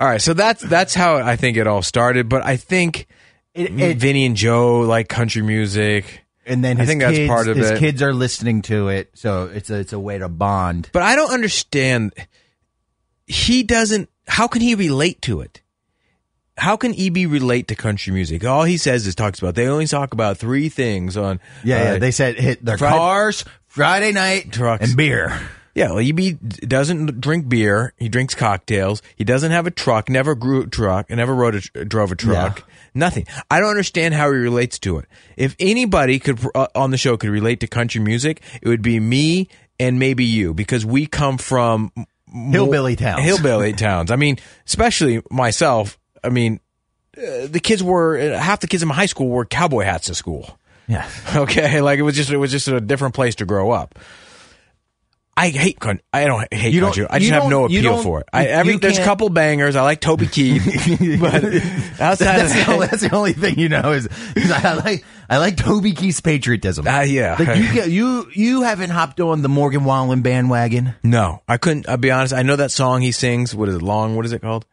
Speaker 2: all right. So that's that's how I think it all started. But I think
Speaker 3: It- it-
Speaker 2: Vinny and Joe like country music.
Speaker 3: and then
Speaker 2: I
Speaker 3: his
Speaker 2: think that's
Speaker 3: kids,
Speaker 2: part of
Speaker 3: his
Speaker 2: it.
Speaker 3: kids are listening to it, so it's a it's a way to bond.
Speaker 2: But I don't understand. He doesn't. How can he relate to it? How can EB relate to country music? All he says is talks about. They only talk about three things on.
Speaker 3: Yeah,
Speaker 2: uh,
Speaker 3: yeah. They said hit their
Speaker 2: Friday-
Speaker 3: cars, Friday night,
Speaker 2: Trucks.
Speaker 3: and beer.
Speaker 2: Yeah, well, EB d- doesn't drink beer. He drinks cocktails. He doesn't have a truck. Never grew a truck. Never rode a, tr- drove a truck. Nothing. I don't understand how he relates to it. If anybody could pr- uh, on the show could relate to country music, it would be me and maybe you because we come from m- mo-
Speaker 3: Hillbilly towns.
Speaker 2: Hillbilly towns. I mean, especially myself. I mean, uh, the kids were uh, half the kids in my high school wore cowboy hats to school.
Speaker 3: Yeah,
Speaker 2: Okay, like it was just it was just a different place to grow up. I hate coun- I don't hate
Speaker 3: You don't-
Speaker 2: country. I just
Speaker 3: you
Speaker 2: have no
Speaker 3: don't- you
Speaker 2: appeal
Speaker 3: don't-
Speaker 2: for it. I,
Speaker 3: you-
Speaker 2: every
Speaker 3: you
Speaker 2: there's a
Speaker 3: can't-
Speaker 2: couple bangers. I like Toby Keith, but outside
Speaker 3: that's
Speaker 2: of
Speaker 3: the, only,
Speaker 2: that,
Speaker 3: that's the only thing you know is, is I like I like Toby Keith's patriotism.
Speaker 2: Ah, yeah.
Speaker 3: Like, you get- you you haven't hopped on the Morgan Wallen bandwagon.
Speaker 2: no, I couldn't. I'll be honest. I know that song he sings. What is it? Long? What is it called?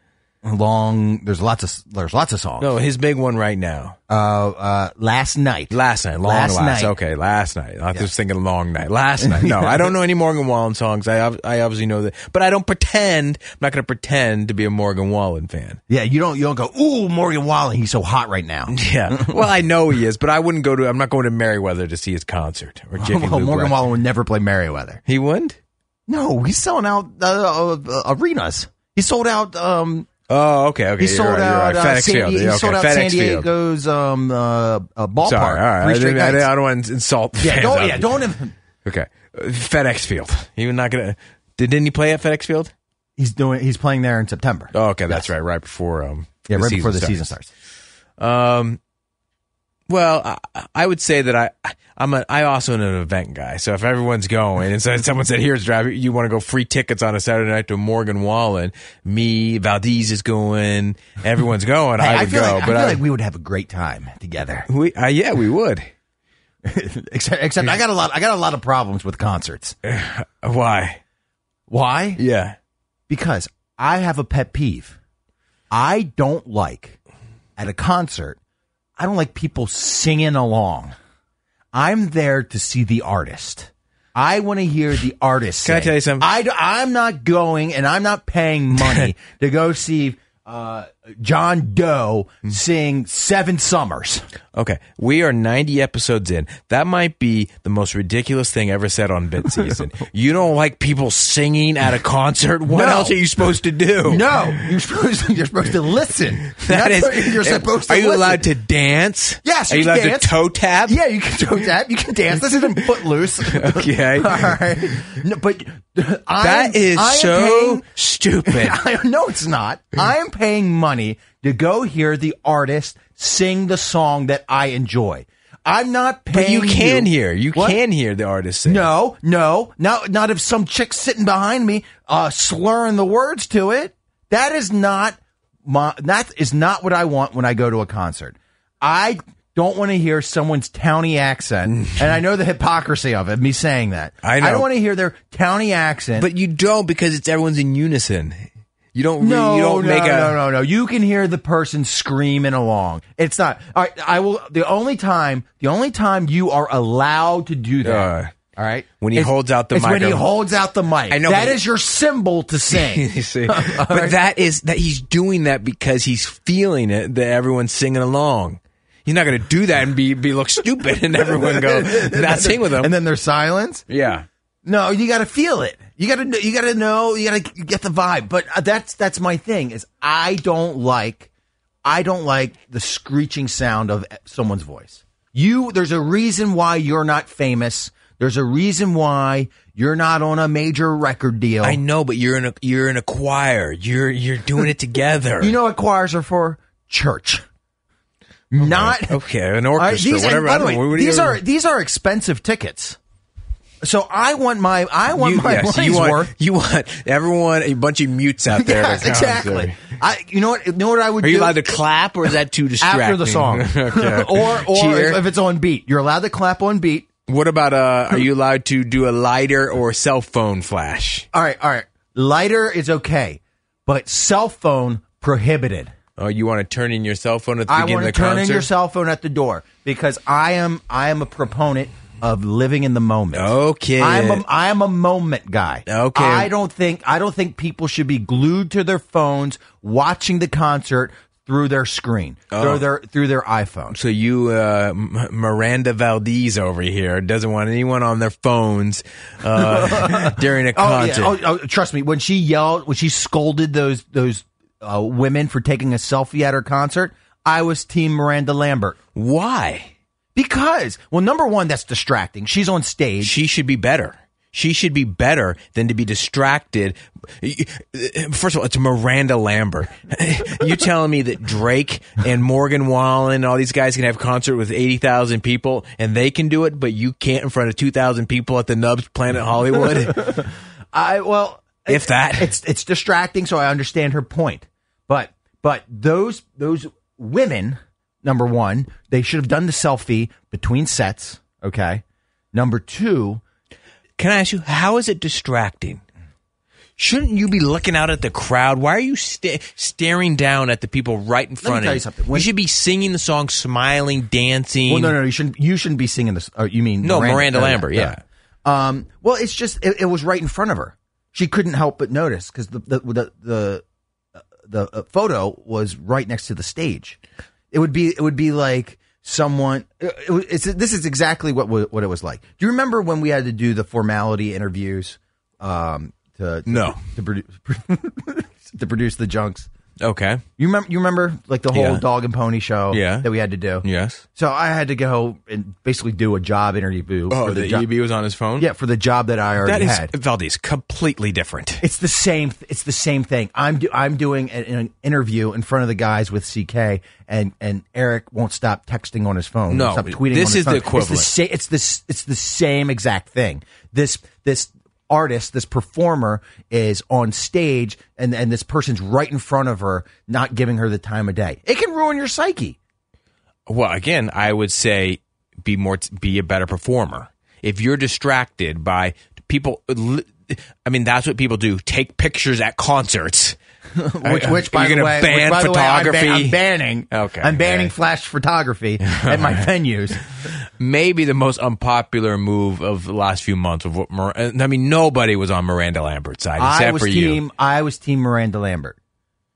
Speaker 3: Long there's lots of there's lots of songs.
Speaker 2: No, his big one right now.
Speaker 3: Uh, uh, last night,
Speaker 2: Last night, long last,
Speaker 3: Last night.
Speaker 2: Okay, last night. I was just thinking long night. Last night. No, I don't know any Morgan Wallen songs. I ob- I obviously know that, but I don't pretend. I'm not going to pretend to be a Morgan Wallen fan.
Speaker 3: yeah, you don't you don't go. Ooh, Morgan Wallen, he's so hot right now.
Speaker 2: Yeah. Well, I know he is, but I wouldn't go to. I'm not going to Meriwether to see his concert or Jiffy
Speaker 3: well,
Speaker 2: Lube
Speaker 3: Morgan
Speaker 2: Records.
Speaker 3: Wallen would never play Merriweather.
Speaker 2: He wouldn't.
Speaker 3: No, he's selling out uh, uh, arenas. He sold out. Um,
Speaker 2: Oh, okay, okay.
Speaker 3: he
Speaker 2: you're
Speaker 3: sold
Speaker 2: right, you're right.
Speaker 3: out. uh,
Speaker 2: FedEx
Speaker 3: San,
Speaker 2: Field.
Speaker 3: Di-
Speaker 2: yeah,
Speaker 3: he
Speaker 2: okay.
Speaker 3: sold out
Speaker 2: FedEx
Speaker 3: San
Speaker 2: Field.
Speaker 3: Diego's um, uh, uh, ballpark.
Speaker 2: Sorry, all right. I
Speaker 3: Three straight
Speaker 2: didn't- I, didn't-
Speaker 3: nights.
Speaker 2: I don't want to insult.
Speaker 3: yeah,
Speaker 2: fans
Speaker 3: don't,
Speaker 2: out
Speaker 3: yeah,
Speaker 2: there.
Speaker 3: don't. Have,
Speaker 2: Okay, Uh, FedEx Field. He was not gonna. Did, didn't he play at FedEx Field?
Speaker 3: He's doing. He's playing there in September.
Speaker 2: Oh, okay, that's
Speaker 3: Yes.
Speaker 2: right. Right before um,
Speaker 3: Yeah, right before the
Speaker 2: starts.
Speaker 3: season starts.
Speaker 2: Um, well, I, I would say that I I'm a I also am an event guy. So if everyone's going, and so someone said, "Here's drive, you want to go free tickets on a Saturday night to Morgan Wallen?" Me, Valdez is going. Everyone's going. I,
Speaker 3: Hey,
Speaker 2: would
Speaker 3: feel
Speaker 2: go,
Speaker 3: like, I
Speaker 2: but
Speaker 3: feel
Speaker 2: I,
Speaker 3: like we would have a great time together.
Speaker 2: we, I, yeah, we would.
Speaker 3: except, except I got a lot. I got a lot of problems with concerts. Uh,
Speaker 2: Why?
Speaker 3: Why?
Speaker 2: Yeah.
Speaker 3: because I have a pet peeve. I don't like at a concert, I don't like people singing along. I'm there to see the artist. I want to hear the artist.
Speaker 2: Can I
Speaker 3: sing.
Speaker 2: tell you something?
Speaker 3: I, am not going and I'm not paying money to go see uh, John Doe sing Seven Summers.
Speaker 2: Okay, we are 90 episodes in. That might be the most ridiculous thing ever said on Bit Season. you don't like people singing at a concert? What
Speaker 3: No.
Speaker 2: else are you supposed to do?
Speaker 3: No, you're supposed to, you're supposed to listen.
Speaker 2: That
Speaker 3: That's
Speaker 2: is,
Speaker 3: what you're supposed to
Speaker 2: Are you
Speaker 3: listen.
Speaker 2: allowed to dance?
Speaker 3: Yes,
Speaker 2: Are you
Speaker 3: can
Speaker 2: allowed
Speaker 3: dance.
Speaker 2: to toe tap?
Speaker 3: Yeah, you can toe tap. You can dance. This isn't footloose.
Speaker 2: Okay.
Speaker 3: All right. No, but uh, I
Speaker 2: That is
Speaker 3: I am
Speaker 2: so
Speaker 3: paying-
Speaker 2: stupid.
Speaker 3: I, no, it's not. I am paying money to go hear the artist sing the song that I enjoy. I'm not
Speaker 2: but
Speaker 3: paying.
Speaker 2: you can hear. You
Speaker 3: What?
Speaker 2: can hear the artist sing.
Speaker 3: No, no, not not if some chick sitting behind me uh, slurring the words to it. That is not my. That is not what I want when I go to a concert. I don't want to hear someone's towny accent, and I know the hypocrisy of it. Me saying that.
Speaker 2: I know.
Speaker 3: I don't want to hear their towny accent.
Speaker 2: But you don't because it's everyone's in unison. You don't. re-
Speaker 3: no,
Speaker 2: you don't
Speaker 3: no,
Speaker 2: make a.
Speaker 3: no, no, no. You can hear the person screaming along. It's not. All right. I will. The only time. The only time you are allowed to do that.
Speaker 2: Uh,
Speaker 3: All right.
Speaker 2: When he holds out the
Speaker 3: it's When he
Speaker 2: micro-
Speaker 3: holds out the mic.
Speaker 2: I know,
Speaker 3: that
Speaker 2: but-
Speaker 3: is your symbol to sing.
Speaker 2: You see, but that is that he's doing that because he's feeling it that everyone's singing along. He's not going to do that and be be look stupid and everyone go not sing with him.
Speaker 3: and then there's silence.
Speaker 2: yeah,
Speaker 3: No, you got to feel it. You got to you got to know, you got to get the vibe. But uh, that's that's my thing is I don't like I don't like the screeching sound of eh, someone's voice. You there's a reason why you're not famous. There's a reason why you're not on a major record deal.
Speaker 2: I know, but you're in a you're in a choir. You're you're doing it together.
Speaker 3: you know what choirs are for? Church. Not
Speaker 2: okay, Oh, an
Speaker 3: All right,
Speaker 2: orchestra,
Speaker 3: these, and
Speaker 2: whatever.
Speaker 3: by
Speaker 2: I
Speaker 3: the
Speaker 2: don't
Speaker 3: way,
Speaker 2: know, what do you-
Speaker 3: these are these are expensive tickets. So I want my I want
Speaker 2: you,
Speaker 3: my
Speaker 2: yes,
Speaker 3: money's
Speaker 2: you want
Speaker 3: worth.
Speaker 2: you want everyone a bunch of mutes out there.
Speaker 3: yes,
Speaker 2: to come
Speaker 3: exactly.
Speaker 2: to-
Speaker 3: I you know what you know what I would
Speaker 2: Are
Speaker 3: do
Speaker 2: you allowed to clap, or is that too distracting?
Speaker 3: after the song
Speaker 2: Okay.
Speaker 3: or or
Speaker 2: Cheer.
Speaker 3: if, if it's on beat you're allowed to clap on beat.
Speaker 2: what about uh? Are you allowed to do a lighter or cell phone flash?
Speaker 3: All right, all right. Lighter is okay, but cell phone prohibited.
Speaker 2: Oh, you want to turn in your cell phone at the
Speaker 3: I
Speaker 2: beginning
Speaker 3: want to
Speaker 2: of the
Speaker 3: turn
Speaker 2: concert?
Speaker 3: in your cell phone at the door because I am I am a proponent of living in the moment.
Speaker 2: Okay.
Speaker 3: I'm a, I'm a moment guy.
Speaker 2: Okay.
Speaker 3: I don't think I don't think people should be glued to their phones watching the concert through their screen,
Speaker 2: Oh.
Speaker 3: through their through their iPhones.
Speaker 2: so you, uh, M- Miranda Valdez over here doesn't want anyone on their phones uh, during a
Speaker 3: Oh, yeah.
Speaker 2: concert.
Speaker 3: oh, oh, trust me. When she yelled, when she scolded those those uh, women for taking a selfie at her concert, I was Team Miranda Lambert
Speaker 2: Why?
Speaker 3: because, well, number one, that's distracting. She's on stage.
Speaker 2: She should be better. She should be better than to be distracted. First of all, it's Miranda Lambert. you telling me that Drake and Morgan Wallen and all these guys can have a concert with 80,000 people and they can do it, but you can't in front of 2,000 people at the Nubs Planet Hollywood?
Speaker 3: I well,
Speaker 2: If that.
Speaker 3: it's it's distracting, so I understand her point. But but those those women, number one, they should have done the selfie between sets. Okay. Number two,
Speaker 2: Can I ask you, how is it distracting? Shouldn't you be looking out at the crowd? Why are you sta- staring down at the people right in front
Speaker 3: tell
Speaker 2: of
Speaker 3: you something. When-
Speaker 2: you should be singing the song, smiling, dancing.
Speaker 3: well, no, no, you shouldn't. You shouldn't be singing this. Or you mean
Speaker 2: No, Miranda
Speaker 3: Oh,
Speaker 2: Lambert, yeah.
Speaker 3: Um. Well, it's just it, it was right in front of her. She couldn't help but notice because the the the the, the uh, photo was right next to the stage. It would be it would be like someone. It, it, was- it's this is exactly what wa- what it was like. Do you remember when we had to do the formality interviews? Um. To, to
Speaker 2: No.
Speaker 3: to, produ- to produce the junks.
Speaker 2: Okay.
Speaker 3: You remember? You remember like the whole
Speaker 2: Yeah.
Speaker 3: dog and pony show
Speaker 2: Yeah.
Speaker 3: that we had to do.
Speaker 2: Yes.
Speaker 3: So I had to go and basically do a job interview.
Speaker 2: Oh,
Speaker 3: for
Speaker 2: the,
Speaker 3: job.
Speaker 2: EB was on his phone.
Speaker 3: Yeah, for the job E that I
Speaker 2: That
Speaker 3: already
Speaker 2: is
Speaker 3: had.
Speaker 2: Valdez completely different.
Speaker 3: It's the same. It's the same thing. I'm do, I'm doing an, an interview in front of the guys with CK, and and Eric won't stop texting on his phone.
Speaker 2: No,
Speaker 3: won't stop tweeting.
Speaker 2: this
Speaker 3: on his
Speaker 2: is the
Speaker 3: phone.
Speaker 2: equivalent.
Speaker 3: It's the, sa- it's the s- it's the same exact thing. This this artist, this performer is on stage, and and this person's right in front of her, not giving her the time of day. It can ruin your psyche.
Speaker 2: Well, again, I would say be more be a better performer. If you're distracted by people I mean that's what people do. Take pictures at concerts.
Speaker 3: Which, which by
Speaker 2: uh, You're
Speaker 3: the
Speaker 2: gonna
Speaker 3: way,
Speaker 2: ban
Speaker 3: which, by the way, I'm,
Speaker 2: photography?
Speaker 3: ban- I'm banning.
Speaker 2: Okay,
Speaker 3: I'm banning
Speaker 2: yeah.
Speaker 3: flash photography at my venues.
Speaker 2: Maybe the most unpopular move of the last few months of what Mir- I mean nobody was on Miranda Lambert's side except
Speaker 3: I was
Speaker 2: for
Speaker 3: team.
Speaker 2: you.
Speaker 3: I was team Miranda Lambert,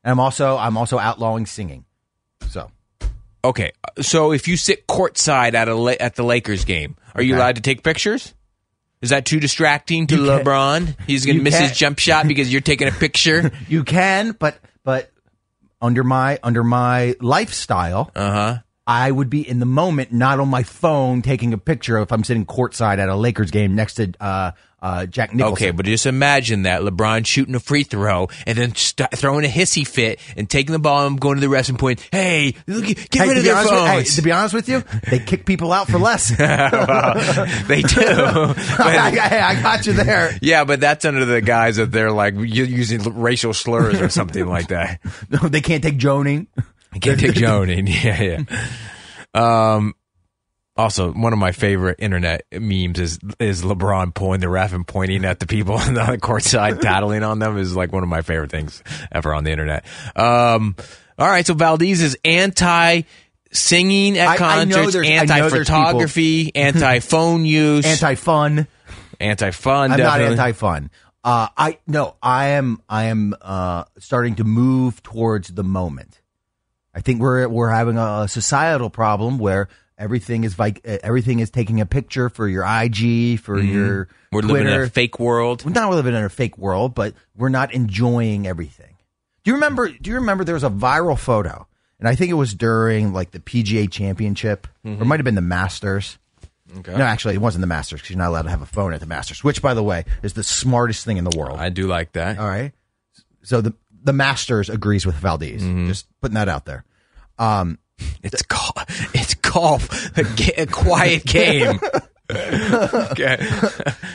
Speaker 3: and I'm also I'm also outlawing singing. So
Speaker 2: Okay. So if you sit courtside at a La- at the Lakers game, are you
Speaker 3: Okay.
Speaker 2: allowed to take pictures? Is that too distracting to
Speaker 3: You can't-
Speaker 2: LeBron? He's going to
Speaker 3: you
Speaker 2: miss his
Speaker 3: can't-
Speaker 2: jump shot because you're taking a picture.
Speaker 3: you can, but but under my under my lifestyle,
Speaker 2: Uh huh.
Speaker 3: I would be in the moment, not on my phone taking a picture if I'm sitting courtside at a Lakers game next to uh, uh, Jack Nicholson.
Speaker 2: Okay, but just imagine that LeBron shooting a free throw and then st- throwing a hissy fit and taking the ball and going to the resting point. Hey, look, get
Speaker 3: Hey,
Speaker 2: rid
Speaker 3: to
Speaker 2: of
Speaker 3: be
Speaker 2: their
Speaker 3: honest with- hey,
Speaker 2: phones.
Speaker 3: to be honest with you, they kick people out for less.
Speaker 2: they do. But-
Speaker 3: I, I got you there.
Speaker 2: yeah, but that's under the guise that they're like u- using l- racial slurs or something like that.
Speaker 3: they can't take joning.
Speaker 2: Can't take joning. Yeah, yeah. Um. Also, one of my favorite internet memes is is LeBron pulling the ref and pointing at the people on the other court side, tattling on them is like one of my favorite things ever on the internet. Um, all right, so Valdez is anti singing at
Speaker 3: I- I know
Speaker 2: concerts,
Speaker 3: there's- I know
Speaker 2: anti
Speaker 3: there's
Speaker 2: photography, anti phone use,
Speaker 3: Anti fun.
Speaker 2: anti fun.
Speaker 3: I'm not anti fun. Uh, I no, I am. I am uh, starting to move towards the moment. I think we're we're having a societal problem where everything is like everything is taking a picture for your IG for your
Speaker 2: Mm-hmm. We're
Speaker 3: Twitter.
Speaker 2: living in a fake world.
Speaker 3: We're not living in a fake world, but we're not enjoying everything. Do you remember? Do you remember there was a viral photo, and I think it was during like the PGA Championship, or it might have been the Masters. No, actually, it wasn't the Masters because you're not allowed to have a phone at the Masters, which, by the way, is the smartest thing in the world.
Speaker 2: I do like that.
Speaker 3: All right. So the the Masters agrees with Valdez.
Speaker 2: Mm-hmm.
Speaker 3: Just putting that out there.
Speaker 2: It's golf. It's golf. A, ga- a quiet game. okay.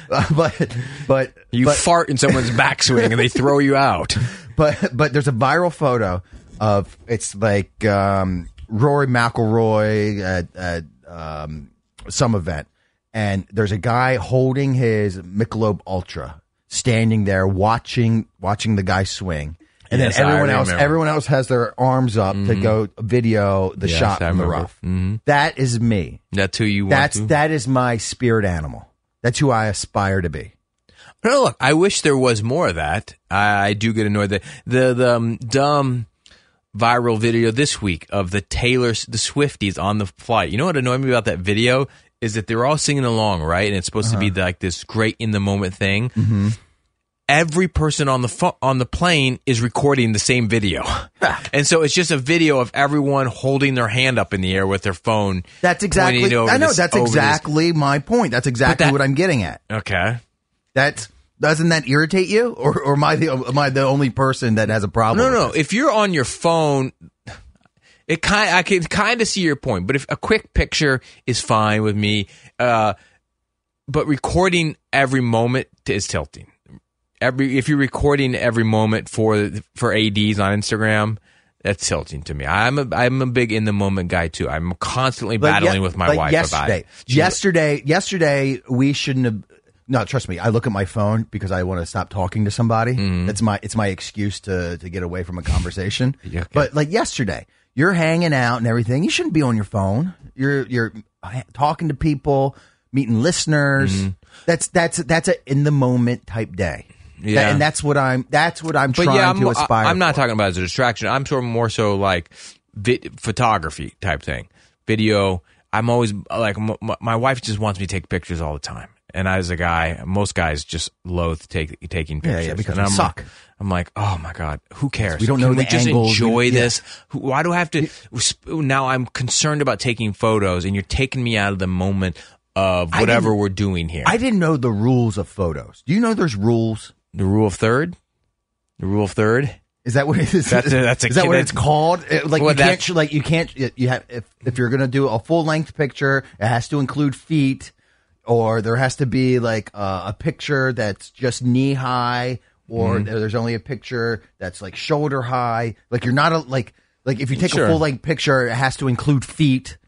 Speaker 3: but but
Speaker 2: You
Speaker 3: but,
Speaker 2: fart in someone's backswing and they throw you out.
Speaker 3: but but there's a viral photo of it's like um, Rory McIlroy at, at um, some event, and there's a guy holding his Michelob Ultra, standing there watching watching the guy swing, and
Speaker 2: Yes, I
Speaker 3: then everyone else
Speaker 2: remember. Mm-hmm.
Speaker 3: everyone else has their arms up to go video the
Speaker 2: Yes,
Speaker 3: shot
Speaker 2: I
Speaker 3: from the
Speaker 2: remember.
Speaker 3: rough. That is me.
Speaker 2: That's who you want.
Speaker 3: That's
Speaker 2: to.
Speaker 3: that is my spirit animal. That's who I aspire to be.
Speaker 2: No, look, I wish there was more of that. I, I do get annoyed that the the um, dumb viral video this week of the Taylor the Swifties on the flight. You know what annoyed me about that video is that they're all singing along, right? And it's supposed to
Speaker 3: Uh-huh.
Speaker 2: be like this great in the moment thing.
Speaker 3: Mm-hmm.
Speaker 2: Every person on the fo- on the plane is recording the same video, and so it's just a video of everyone holding their hand up in the air with their phone.
Speaker 3: That's exactly.
Speaker 2: pointing over
Speaker 3: I know
Speaker 2: this-
Speaker 3: that's
Speaker 2: over this-
Speaker 3: exactly my point. That's exactly
Speaker 2: that-
Speaker 3: what I'm getting at.
Speaker 2: Okay.
Speaker 3: That's doesn't that irritate you, or or am I the am I the only person that has a problem?
Speaker 2: No,
Speaker 3: with
Speaker 2: no.
Speaker 3: it?
Speaker 2: If you're on your phone, it kind I can kind of see your point, but if a quick picture is fine with me, uh, but recording every moment is tilting. Every if you're recording every moment for for ads on Instagram, that's tilting to me. I'm a I'm a big in the moment guy too. I'm constantly
Speaker 3: Like ye-
Speaker 2: battling with my
Speaker 3: like
Speaker 2: wife about
Speaker 3: yesterday.
Speaker 2: it.
Speaker 3: Yesterday, yesterday, we shouldn't have. No, trust me. I look at my phone because I want to stop talking to somebody. That's my it's my excuse to to get away from a conversation.
Speaker 2: Yeah, okay.
Speaker 3: But like yesterday, you're hanging out and everything. You shouldn't be on your phone. You're you're ha- talking to people, meeting listeners. That's that's that's a in the moment type day. That-
Speaker 2: Yeah.
Speaker 3: and that's what I'm. That's what I'm
Speaker 2: but
Speaker 3: trying
Speaker 2: yeah, I'm,
Speaker 3: to aspire.
Speaker 2: I, am not
Speaker 3: for.
Speaker 2: talking about it as a distraction. I'm sort of more so like vid- photography type thing, video. I'm always like m- m- my wife just wants me to take pictures all the time, And I, as a guy, most guys just loathe take, taking
Speaker 3: Yeah, yeah,
Speaker 2: pictures.
Speaker 3: because
Speaker 2: and
Speaker 3: they
Speaker 2: I'm,
Speaker 3: suck.
Speaker 2: I'm like, oh my god, who cares?
Speaker 3: We don't
Speaker 2: Can
Speaker 3: know
Speaker 2: we
Speaker 3: the
Speaker 2: just
Speaker 3: angles.
Speaker 2: enjoy
Speaker 3: We- yeah.
Speaker 2: this. Who- Why do I have to? sp- Now I'm concerned about taking photos, and you're taking me out of the moment of
Speaker 3: I
Speaker 2: whatever
Speaker 3: didn't-
Speaker 2: we're doing here.
Speaker 3: I didn't know the rules of photos. Do you know there's rules?
Speaker 2: the rule of third. The rule of third.
Speaker 3: Is that what it is?
Speaker 2: That's a- that's a
Speaker 3: is that
Speaker 2: kid-
Speaker 3: what it's called? It- like
Speaker 2: Well,
Speaker 3: you can't,
Speaker 2: that's-
Speaker 3: like you can't. You have if if you're gonna do a full length picture, it has to include feet, or there has to be like uh, a picture that's just knee high, or
Speaker 2: Mm-hmm.
Speaker 3: there's only a picture that's like shoulder high. Like you're not a like like if you take
Speaker 2: Sure.
Speaker 3: a full length picture, it has to include feet.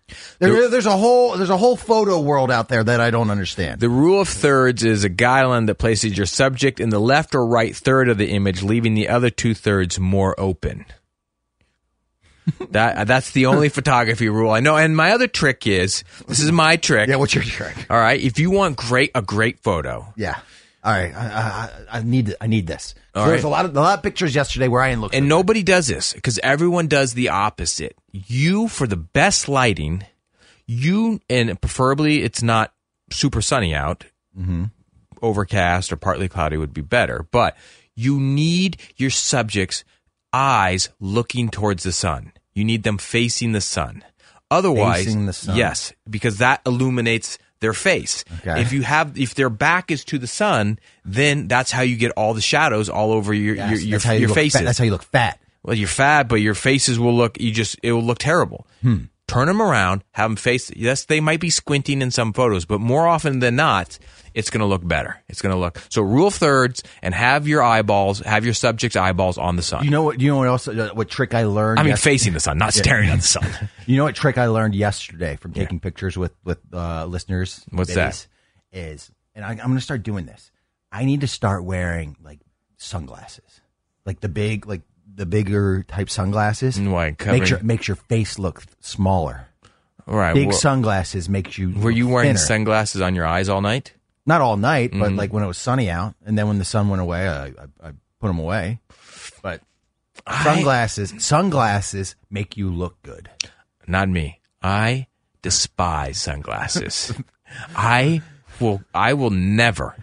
Speaker 3: There, there's a whole there's a whole photo world out there that I don't understand.
Speaker 2: The rule of thirds is a guideline that places your subject in the left or right third of the image, leaving the other two thirds more open. that that's the only photography rule I know. And my other trick is this is my trick.
Speaker 3: yeah, what's your trick?
Speaker 2: All right, if you want great a great photo,
Speaker 3: Yeah. All right, I, I, I need I need this.
Speaker 2: All
Speaker 3: So There's
Speaker 2: right.
Speaker 3: a lot of a lot of pictures yesterday where I didn't look.
Speaker 2: and nobody does this because everyone does the opposite. You for the best lighting, you and preferably it's not super sunny out.
Speaker 3: Mm-hmm.
Speaker 2: Overcast or partly cloudy would be better, but you need your subjects' eyes looking towards the sun. You need them facing the sun. Otherwise,
Speaker 3: Facing the sun.
Speaker 2: yes, because that illuminates their face.
Speaker 3: Okay.
Speaker 2: If you have if their back is to the sun, then that's how you get all the shadows all over your
Speaker 3: Yes,
Speaker 2: your your,
Speaker 3: that's how you
Speaker 2: your
Speaker 3: look
Speaker 2: faces.
Speaker 3: Fat. That's how you look fat.
Speaker 2: well, you're fat, but your faces will look. You just it will look terrible.
Speaker 3: Hmm.
Speaker 2: Turn them around, have them face. Yes, they might be squinting in some photos, but more often than not, it's going to look better. It's going to look so. Rule of thirds and have your eyeballs, have your subject's eyeballs on the sun.
Speaker 3: You know what? You know what else? uh, What trick I learned?
Speaker 2: I mean,
Speaker 3: yes-
Speaker 2: facing the sun, not staring at the sun.
Speaker 3: You know what trick I learned yesterday from taking pictures with with uh, listeners?
Speaker 2: What's that?
Speaker 3: biddies, Is and I, I'm going to start doing this. I need to start wearing like sunglasses, like the big like the bigger type sunglasses.
Speaker 2: And why, covering-
Speaker 3: Makes your makes your face look smaller.
Speaker 2: All right.
Speaker 3: Big
Speaker 2: well,
Speaker 3: sunglasses makes you.
Speaker 2: were you wearing
Speaker 3: sunglasses?
Speaker 2: sunglasses on your eyes all night?
Speaker 3: not all night,
Speaker 2: Mm-hmm.
Speaker 3: but like when it was sunny out, and then when the sun went away, I, I, I put them away. But sunglasses, sunglasses make you look good.
Speaker 2: Not me. I despise sunglasses. I will. I will never,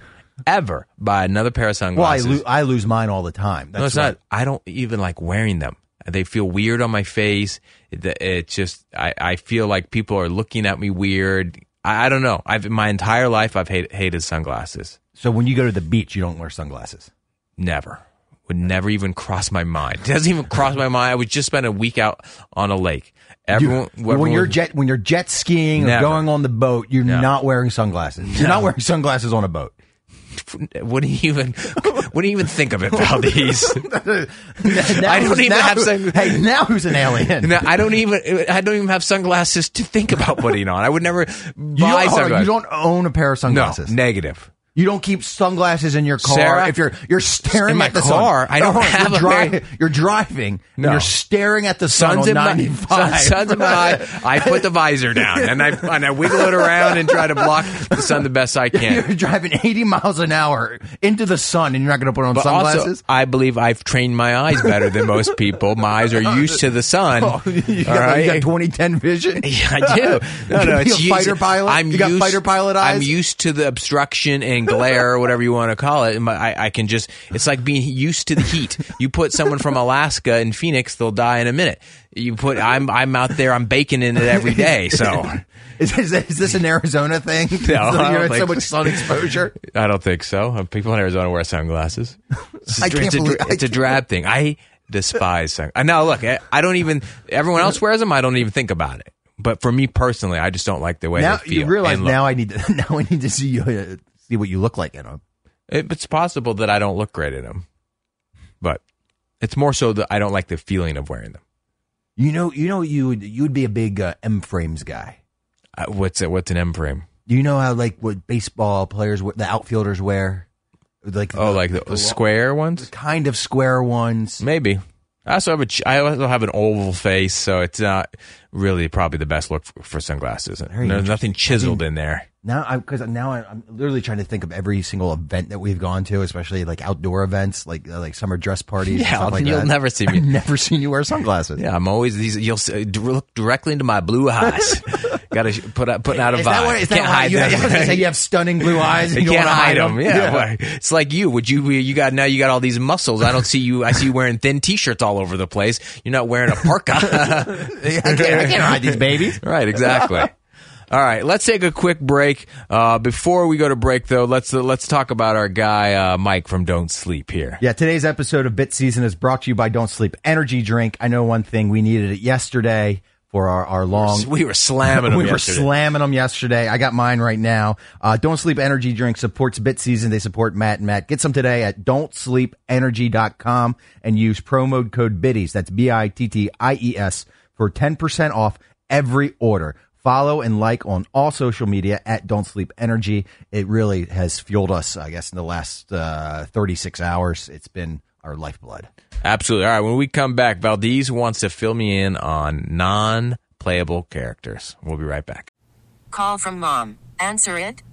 Speaker 2: ever buy another pair of
Speaker 3: Well, I,
Speaker 2: sunglasses.
Speaker 3: lo- I lose mine all the time. That's
Speaker 2: no, it's
Speaker 3: right.
Speaker 2: not. I don't even like wearing them. They feel weird on my face. It, it just, I, I feel like people are looking at me weird. I, I don't know. I've my entire life I've hate, hated sunglasses.
Speaker 3: So when you go to the beach, you don't wear sunglasses.
Speaker 2: Never would never even cross my mind. It doesn't even cross my mind. I would just spend a week out on a lake. Everyone,
Speaker 3: You- when you're
Speaker 2: everyone-
Speaker 3: jet when you're jet skiing
Speaker 2: Never.
Speaker 3: or going on the boat, you're not wearing sunglasses. You're not wearing sunglasses on a boat.
Speaker 2: wouldn't even wouldn't even think of it, Valdez.
Speaker 3: Now
Speaker 2: don't
Speaker 3: who's-
Speaker 2: even
Speaker 3: now
Speaker 2: have
Speaker 3: who-
Speaker 2: sun-
Speaker 3: Hey, now who's an alien?
Speaker 2: No, I don't even I don't even have sunglasses to think about putting on. I would never
Speaker 3: you, don't,
Speaker 2: buy
Speaker 3: hold on,
Speaker 2: sunglasses.
Speaker 3: you don't own a pair of
Speaker 2: no,
Speaker 3: sunglasses.
Speaker 2: negative.
Speaker 3: You don't keep sunglasses in your car
Speaker 2: Sarah,
Speaker 3: if you're you're staring
Speaker 2: in my
Speaker 3: at the
Speaker 2: car,
Speaker 3: Sun.
Speaker 2: I don't
Speaker 3: No,
Speaker 2: have
Speaker 3: you're,
Speaker 2: a
Speaker 3: dri-
Speaker 2: very-
Speaker 3: you're driving
Speaker 2: No.
Speaker 3: and you're staring at the
Speaker 2: Sun's
Speaker 3: sun on
Speaker 2: in my
Speaker 3: 95.
Speaker 2: sun, sun's in my eye. I put the visor down and I and I wiggle it around and try to block the sun the best I can.
Speaker 3: You're driving 80 miles an hour into the sun and you're not going to put on
Speaker 2: But
Speaker 3: sunglasses.
Speaker 2: also, I believe I've trained my eyes better than most people. My eyes are used to the sun.
Speaker 3: Oh, you, got,
Speaker 2: all
Speaker 3: like- you
Speaker 2: right?
Speaker 3: got 2010 vision.
Speaker 2: Yeah, I do. No,
Speaker 3: You
Speaker 2: no,
Speaker 3: be
Speaker 2: it's
Speaker 3: a
Speaker 2: used-
Speaker 3: fighter pilot?
Speaker 2: I'm
Speaker 3: You got
Speaker 2: used,
Speaker 3: fighter pilot
Speaker 2: I'm
Speaker 3: eyes?
Speaker 2: used to the obstruction and glare, or whatever you want to call it. My- I, I can just. It's like being used to the heat. You put someone from Alaska in Phoenix, they'll die in a minute. You put. I'm. I'm out there. I'm baking in it every day. So
Speaker 3: Is, this- is this an Arizona thing?
Speaker 2: I don't
Speaker 3: you're at so
Speaker 2: think-
Speaker 3: much sun exposure.
Speaker 2: I don't think so. People in Arizona wear sunglasses. It's a,
Speaker 3: I
Speaker 2: dr-
Speaker 3: can't
Speaker 2: it's a, dr-
Speaker 3: believe- I
Speaker 2: it's a
Speaker 3: can't-
Speaker 2: drab thing. I despise sunglasses. Now look, I, I don't even. Everyone else wears them. I don't even think about it. But for me personally, I just don't like the way
Speaker 3: Now
Speaker 2: they feel.
Speaker 3: you realize
Speaker 2: and look.
Speaker 3: now I need to now I need to see you uh, see what you look like in them.
Speaker 2: It, it's possible that I don't look great in them, but it's more so that I don't like the feeling of wearing them.
Speaker 3: You know, you know, you would you would be a big uh, M frames guy.
Speaker 2: Uh, what's it? What's an M frame?
Speaker 3: Do you know how like what baseball players, wear- the outfielders wear, like
Speaker 2: Oh, like the,
Speaker 3: lo-
Speaker 2: square Mm. ones?
Speaker 3: kind of square ones.
Speaker 2: Maybe. I also have a ch- I also have an oval face, so it's not really probably the best look for, for sunglasses. There's nothing chiseled in there.
Speaker 3: Now, I because now I, I'm literally trying to think of every single event that we've gone to, especially like outdoor events, like uh, like summer dress parties. and
Speaker 2: Yeah,
Speaker 3: stuff like
Speaker 2: you'll
Speaker 3: that.
Speaker 2: never see me-
Speaker 3: I've never seen you wear sunglasses.
Speaker 2: Yeah, I'm always these. You'll s- d- look directly into my blue eyes. Got to put out, putting out a vibe.
Speaker 3: Is that what, is that
Speaker 2: Can't
Speaker 3: why
Speaker 2: hide
Speaker 3: you,
Speaker 2: them.
Speaker 3: I was gonna say you have stunning blue eyes. And
Speaker 2: You
Speaker 3: you
Speaker 2: can't
Speaker 3: don't
Speaker 2: hide
Speaker 3: wanna
Speaker 2: them. Yeah,
Speaker 3: Yeah.
Speaker 2: Like, it's like you. Would you? You got now. You got all these muscles. I don't see you. I see you wearing thin t-shirts all over the place. You're not wearing a parka. I
Speaker 3: I, can't, I can't hide these babies.
Speaker 2: Right, exactly. All right, let's take a quick break. Uh, before we go to break, though, let's uh, let's talk about our guy uh, Mike from Don't Sleep here.
Speaker 3: Yeah, today's episode of Bit Season is brought to you by Don't Sleep Energy Drink. I know one thing, we needed it yesterday for our, our long
Speaker 2: We were slamming him
Speaker 3: we were
Speaker 2: yesterday.
Speaker 3: slamming them yesterday. I got mine right now. Uh, Don't Sleep Energy Drink supports Bit Season. They support Matt and Matt. Get some today at don'tsleepenergy.com and use promo code BITTIES. That's B I T T I E S for 10% off every order. Follow and like on all social media at Don't Sleep Energy. It really has fueled us, I guess, in the last uh, 36 hours. It's been our lifeblood.
Speaker 2: Absolutely. All right, when we come back, Valdez wants to fill me in on non-playable characters. We'll be right back.
Speaker 4: Call from mom. Answer it.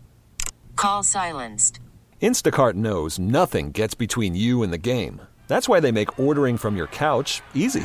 Speaker 4: Call silenced.
Speaker 5: Instacart knows nothing gets between you and the game. That's why they make ordering from your couch easy.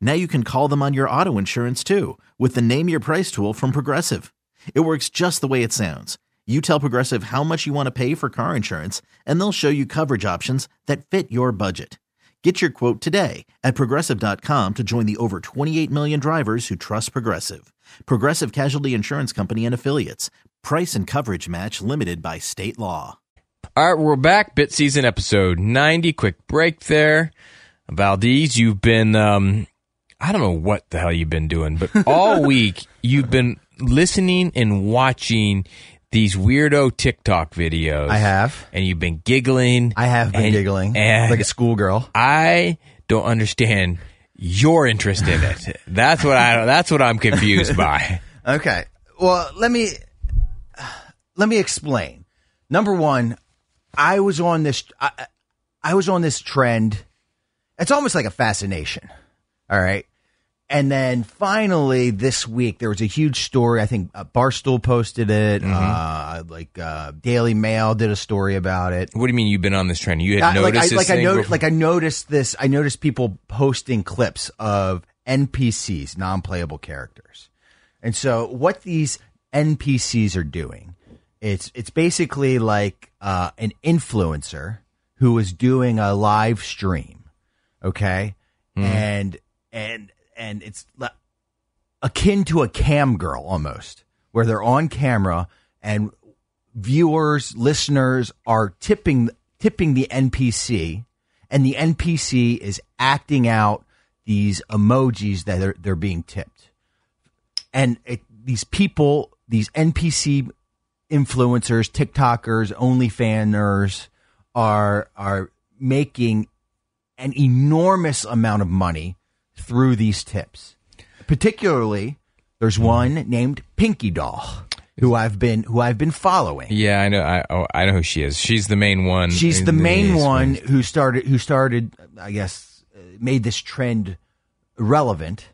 Speaker 6: Now you can call them on your auto insurance too with the Name Your Price tool from Progressive. It works just the way it sounds. You tell Progressive how much you want to pay for car insurance, and they'll show you coverage options that fit your budget. Get your quote today at progressive.com to join the over 28 million drivers who trust Progressive. Progressive Casualty Insurance Company and Affiliates. Price and coverage match limited by state law.
Speaker 2: All right, we're back. Bit season episode ninety. Quick break there. Valdez, you've been um, I don't know what the hell you've been doing, but all week you've been listening and watching these weirdo TikTok videos.
Speaker 3: I have.
Speaker 2: and you've been giggling.
Speaker 3: I have been
Speaker 2: and-
Speaker 3: giggling
Speaker 2: and
Speaker 3: like a schoolgirl.
Speaker 2: I don't understand your interest in it. That's what I. That's what I'm confused by.
Speaker 3: Okay. Well, let me let me explain. Number one, I was on this I, I- I was on this trend. It's almost like a fascination. All right. And then finally this week there was a huge story. I think uh, Barstool posted it. Uh, like uh, Daily Mail did a story about it.
Speaker 2: What do you mean you've been on this trend? You had
Speaker 3: I-
Speaker 2: noticed
Speaker 3: like I,
Speaker 2: this
Speaker 3: like I
Speaker 2: thing
Speaker 3: noticed,
Speaker 2: before?
Speaker 3: like I noticed this. I noticed people posting clips of NPCs, non-playable characters, and so what these NPCs are doing, it's it's basically like uh, an influencer who is doing a live stream, okay,
Speaker 2: Hmm.
Speaker 3: and and and it's li- akin to a cam girl almost, where they're on camera and viewers, listeners are tipping tipping the NPC, and the NPC is acting out these emojis that are they're being tipped, and it, these people, these NPC influencers, TikTokers, OnlyFanners, are are making an enormous amount of money through these tips. Particularly, there's one named Pinky Doll, who I've been who I've been following.
Speaker 2: yeah, I know. I oh, I know who she is. She's the main one.
Speaker 3: She's
Speaker 2: in
Speaker 3: the main
Speaker 2: these
Speaker 3: one
Speaker 2: ones.
Speaker 3: who started who started I guess uh, made
Speaker 2: Mm-hmm.
Speaker 3: this trend relevant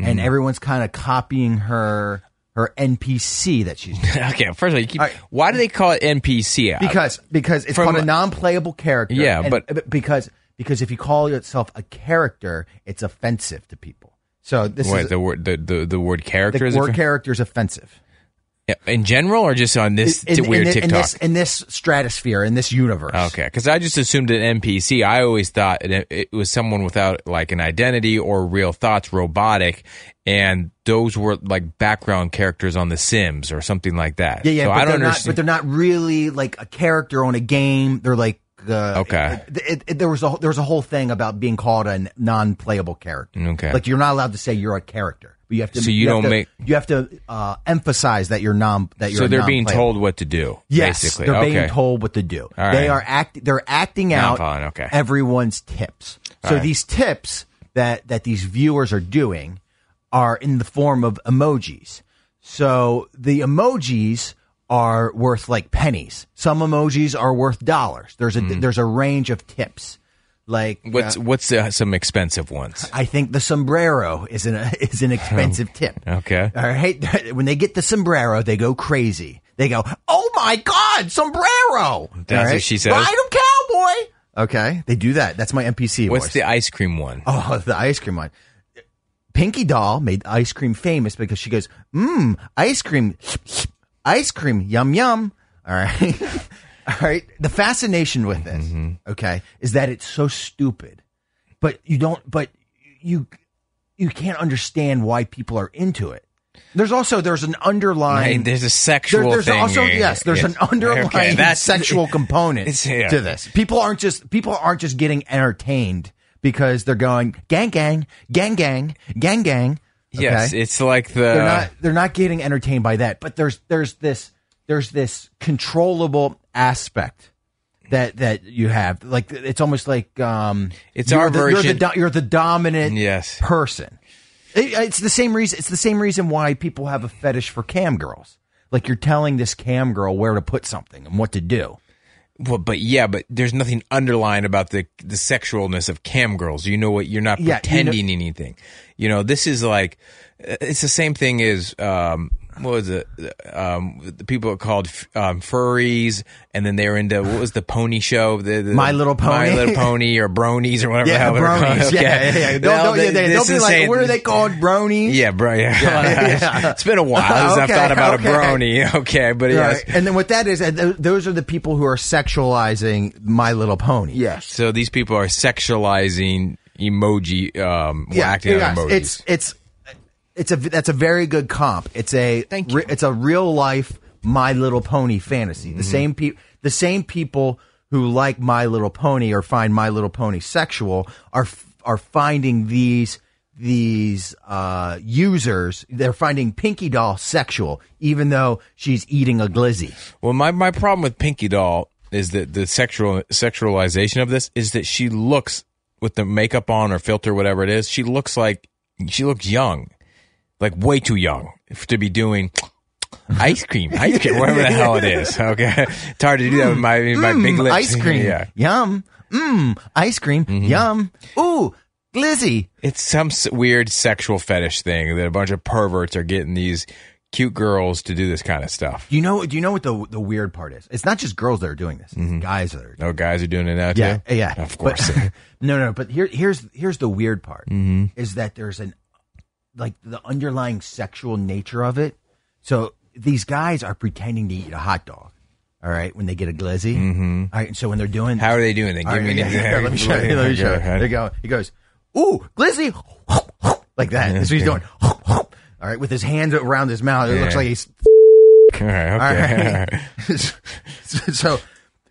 Speaker 3: and everyone's kind of copying her her her NPC that she's
Speaker 2: okay, first of all, you keep,
Speaker 3: All right.
Speaker 2: why do they call it NPC? I-
Speaker 3: because because it's
Speaker 2: Uh, From-
Speaker 3: called a non-playable character.
Speaker 2: Yeah,
Speaker 3: And-
Speaker 2: but-
Speaker 3: because because if you call yourself a character, it's offensive to people. So this
Speaker 2: wait,
Speaker 3: is
Speaker 2: the word the, the, the word character is
Speaker 3: the word
Speaker 2: offe-
Speaker 3: character is offensive.
Speaker 2: Yeah, in general or just on this
Speaker 3: in, in-
Speaker 2: weird
Speaker 3: in,
Speaker 2: TikTok.
Speaker 3: in this in this stratosphere in this universe.
Speaker 2: Okay, because I just assumed an NPC. I always thought it, it was someone without like an identity or real thoughts, robotic, and those were like background characters on The Sims or something like that.
Speaker 3: Yeah, yeah.
Speaker 2: So
Speaker 3: but
Speaker 2: I don't
Speaker 3: they're not, but
Speaker 2: understand.
Speaker 3: they're not really like a character on a game. They're like. Uh,
Speaker 2: Okay.
Speaker 3: It, it, it, there was a there was a whole thing about being called a non-playable character.
Speaker 2: Okay.
Speaker 3: Like you're not allowed to say you're a character, but you have to.
Speaker 2: So you
Speaker 3: have
Speaker 2: don't
Speaker 3: to-
Speaker 2: make-
Speaker 3: You have to uh, emphasize that you're non. That you're.
Speaker 2: so
Speaker 3: a
Speaker 2: they're being
Speaker 3: non-playable.
Speaker 2: told what to do.
Speaker 3: Yes,
Speaker 2: basically.
Speaker 3: they're
Speaker 2: okay.
Speaker 3: being told what to do.
Speaker 2: All right.
Speaker 3: They are act. They're acting
Speaker 2: Now I'm
Speaker 3: out
Speaker 2: following, okay.
Speaker 3: everyone's tips. so
Speaker 2: right.
Speaker 3: these tips that that these viewers are doing are in the form of emojis. So the emojis are worth like pennies. Some emojis are worth dollars. There's a
Speaker 2: Hmm.
Speaker 3: there's a range of tips. Like
Speaker 2: What's
Speaker 3: uh,
Speaker 2: what's uh, some expensive ones?
Speaker 3: I think the sombrero is an is an expensive tip.
Speaker 2: Okay.
Speaker 3: All right. When they get the sombrero, they go crazy. They go, "Oh my god, sombrero!"
Speaker 2: That's
Speaker 3: All
Speaker 2: what she says.
Speaker 3: Ride 'em, cowboy. Okay, they do that. That's my NPC.
Speaker 2: What's
Speaker 3: voice.
Speaker 2: the ice cream one?
Speaker 3: oh the ice cream one? Pinky Doll made ice cream famous because she goes, "Mmm, ice cream, ice cream, yum yum." All right, all right. The fascination with this,
Speaker 2: Mm-hmm.
Speaker 3: okay, is that it's so stupid, but you don't, but you you can't understand why people are into it. There's also there's an underlying
Speaker 2: Right, there's a sexual
Speaker 3: there's
Speaker 2: thing.
Speaker 3: also yes, there's an underlying
Speaker 2: Okay, that's-
Speaker 3: sexual component
Speaker 2: It's- yeah.
Speaker 3: to this. People aren't just people aren't just getting entertained because they're going gang gang gang gang gang gang. Okay?
Speaker 2: Yes, it's like the
Speaker 3: they're not they're not getting entertained by that. But there's there's this there's this controllable aspect that that you have. Like it's almost like um,
Speaker 2: It's
Speaker 3: you're
Speaker 2: our
Speaker 3: the, You're the,
Speaker 2: version-
Speaker 3: do, you're the dominant
Speaker 2: Yes.
Speaker 3: person. It- it's the same reason. It's the same reason why people have a fetish for cam girls. Like you're telling this cam girl where to put something and what to do.
Speaker 2: Well, but yeah, but there's nothing underlying about the the sexualness of cam girls. You know what? You're not
Speaker 3: Yeah, you know-
Speaker 2: pretending anything. You know, this is like uh, it's the same thing as um, what was it? Um, the people called um, furries, and then they were into what was the pony show? The, the-
Speaker 3: My Little Pony.
Speaker 2: My Little Pony, or bronies, or whatever. the
Speaker 3: Yeah,
Speaker 2: hell they're called.
Speaker 3: bronies. Yeah,
Speaker 2: Okay.
Speaker 3: yeah, yeah. Don't,
Speaker 2: Well,
Speaker 3: don't, yeah, they,
Speaker 2: this
Speaker 3: don't be
Speaker 2: is
Speaker 3: like,
Speaker 2: saying-
Speaker 3: what are they called, bronies?
Speaker 2: Yeah, bro. Yeah.
Speaker 3: yeah.
Speaker 2: it's been a while since
Speaker 3: Okay,
Speaker 2: I've thought about
Speaker 3: okay.
Speaker 2: a brony. Okay, but
Speaker 3: Right.
Speaker 2: yes,
Speaker 3: And then what that is, and th- those are the people who are sexualizing My Little Pony. Yes.
Speaker 2: So these people are sexualizing emoji, um, well, acting out emojis.
Speaker 3: It's it's it's a that's a very good comp. It's a
Speaker 2: Thank you.
Speaker 3: re- it's a real life My Little Pony fantasy. The same people the same people who like My Little Pony or find My Little Pony sexual are f- are finding these these uh, users. They're finding Pinky Doll sexual, even though she's eating a glizzy.
Speaker 2: well, my, my problem with Pinky Doll is that the sexual sexualization of this is that she looks with the makeup on or filter, whatever it is. She looks like she looks young, like way too young f- to be doing. Ice cream, ice cream, whatever the hell it is. Okay, it's hard to do that with my my
Speaker 3: Mm,
Speaker 2: big lips.
Speaker 3: Ice cream.
Speaker 2: yeah, Mm-hmm.
Speaker 3: Yum. Mmm. Ice cream. Yum. Ooh. Glizzy.
Speaker 2: It's some s- weird sexual fetish thing that a bunch of perverts are getting these cute girls to do this kind of stuff.
Speaker 3: Do you know? Do you know what the the weird part is? It's not just girls that are doing this. It's guys that are. Doing
Speaker 2: Oh, guys are doing it now
Speaker 3: yeah,
Speaker 2: too.
Speaker 3: yeah.
Speaker 2: of course.
Speaker 3: But, no, no. But here, here's here's the weird part
Speaker 2: Mm-hmm.
Speaker 3: is that there's an like the underlying sexual nature of it. So these guys are pretending to eat a hot dog. All right, when they get a glizzy. Mm-hmm. All right, and so when they're doing
Speaker 2: How are they doing? it? Give
Speaker 3: All
Speaker 2: me
Speaker 3: right,
Speaker 2: an
Speaker 3: yeah,
Speaker 2: example.
Speaker 3: here, let me show you. Let me show
Speaker 2: Go
Speaker 3: you.
Speaker 2: ahead.
Speaker 3: They go. He goes, "Ooh, Glizzy!" Like that. That's what he's doing. All right, with his hands around his mouth, it looks
Speaker 2: Yeah.
Speaker 3: like he's.
Speaker 2: All right,
Speaker 3: All
Speaker 2: okay.
Speaker 3: right. so,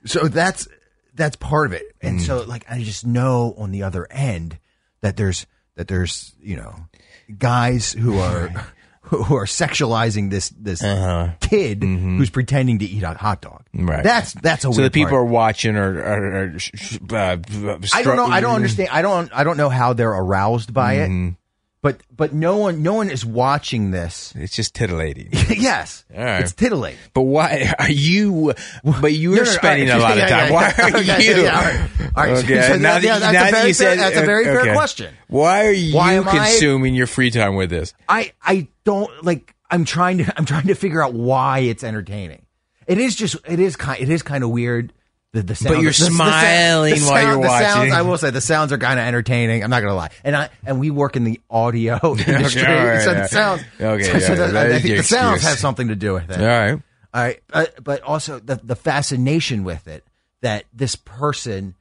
Speaker 3: so that's that's part of it, and
Speaker 2: Mm.
Speaker 3: so like I just know on the other end that there's that there's you know guys who are who are sexualizing this this kid who's pretending to eat a hot dog.
Speaker 2: Uh-huh. Mm-hmm. Right.
Speaker 3: That's that's a
Speaker 2: So the
Speaker 3: weird
Speaker 2: people
Speaker 3: part.
Speaker 2: are watching or, or, or sh- sh- uh, Mm-hmm.
Speaker 3: I don't know. I don't understand. I don't. I don't know how they're aroused by it. But but no one no one is watching this.
Speaker 2: It's just titillating.
Speaker 3: yes,
Speaker 2: All right.
Speaker 3: it's titillating.
Speaker 2: But why are you? But you
Speaker 3: No,
Speaker 2: are
Speaker 3: no, no,
Speaker 2: spending
Speaker 3: right.
Speaker 2: a lot of
Speaker 3: Yeah,
Speaker 2: time.
Speaker 3: yeah,
Speaker 2: Why
Speaker 3: yeah.
Speaker 2: are
Speaker 3: Okay,
Speaker 2: you?
Speaker 3: yeah, yeah, all right. All right.
Speaker 2: Okay,
Speaker 3: So
Speaker 2: now
Speaker 3: that-
Speaker 2: that, you-
Speaker 3: yeah,
Speaker 2: now
Speaker 3: that's a
Speaker 2: that
Speaker 3: very
Speaker 2: you said
Speaker 3: fair- that's a very fair question.
Speaker 2: Why are you
Speaker 3: Why am I-
Speaker 2: consuming your free time with this?
Speaker 3: I I don't like. I'm trying to I'm trying to figure out why it's entertaining. It is just it is kind it is kind of weird. The, the sound,
Speaker 2: you're
Speaker 3: the- the- the
Speaker 2: smiling
Speaker 3: sound- the
Speaker 2: while you're
Speaker 3: the
Speaker 2: watching.
Speaker 3: Sounds, I will say the sounds are kind of entertaining. I'm not gonna lie, and I and we work in the audio industry,
Speaker 2: all right,
Speaker 3: so
Speaker 2: yeah.
Speaker 3: the sounds.
Speaker 2: Okay,
Speaker 3: so,
Speaker 2: yeah,
Speaker 3: so the-
Speaker 2: that
Speaker 3: I
Speaker 2: is
Speaker 3: think the
Speaker 2: your
Speaker 3: sounds
Speaker 2: excuse.
Speaker 3: have something to do with it.
Speaker 2: All right.
Speaker 3: All right, but, but also the the fascination with it that this person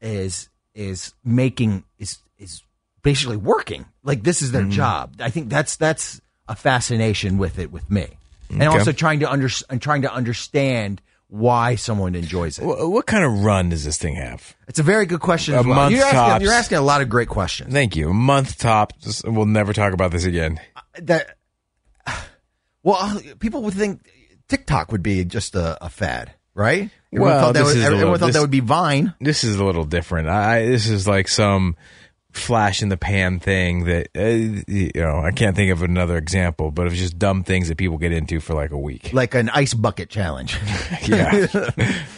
Speaker 3: is is making is is basically working like this is their
Speaker 2: Mm-hmm.
Speaker 3: job. I think that's that's a fascination with it with me, and also trying to under and trying to understand why someone enjoys it.
Speaker 2: Wh- What kind of run does this thing have?
Speaker 3: it's a very good question.
Speaker 2: A
Speaker 3: as well.
Speaker 2: month
Speaker 3: you're,
Speaker 2: tops.
Speaker 3: asking, you're asking a lot of great questions.
Speaker 2: Thank you. A month top. Just- We'll never talk about this again.
Speaker 3: That well, uh, people would think TikTok would be just a, a fad, right? Everyone
Speaker 2: Well,
Speaker 3: thought that
Speaker 2: this
Speaker 3: would,
Speaker 2: is a
Speaker 3: everyone
Speaker 2: little-
Speaker 3: thought
Speaker 2: this-
Speaker 3: that would be Vine.
Speaker 2: This is a little different. I this is like some flash in the pan thing that uh, you know. I can't think of another example, but it's just dumb things that people get into for like a week.
Speaker 3: like an ice bucket challenge,
Speaker 2: Yeah.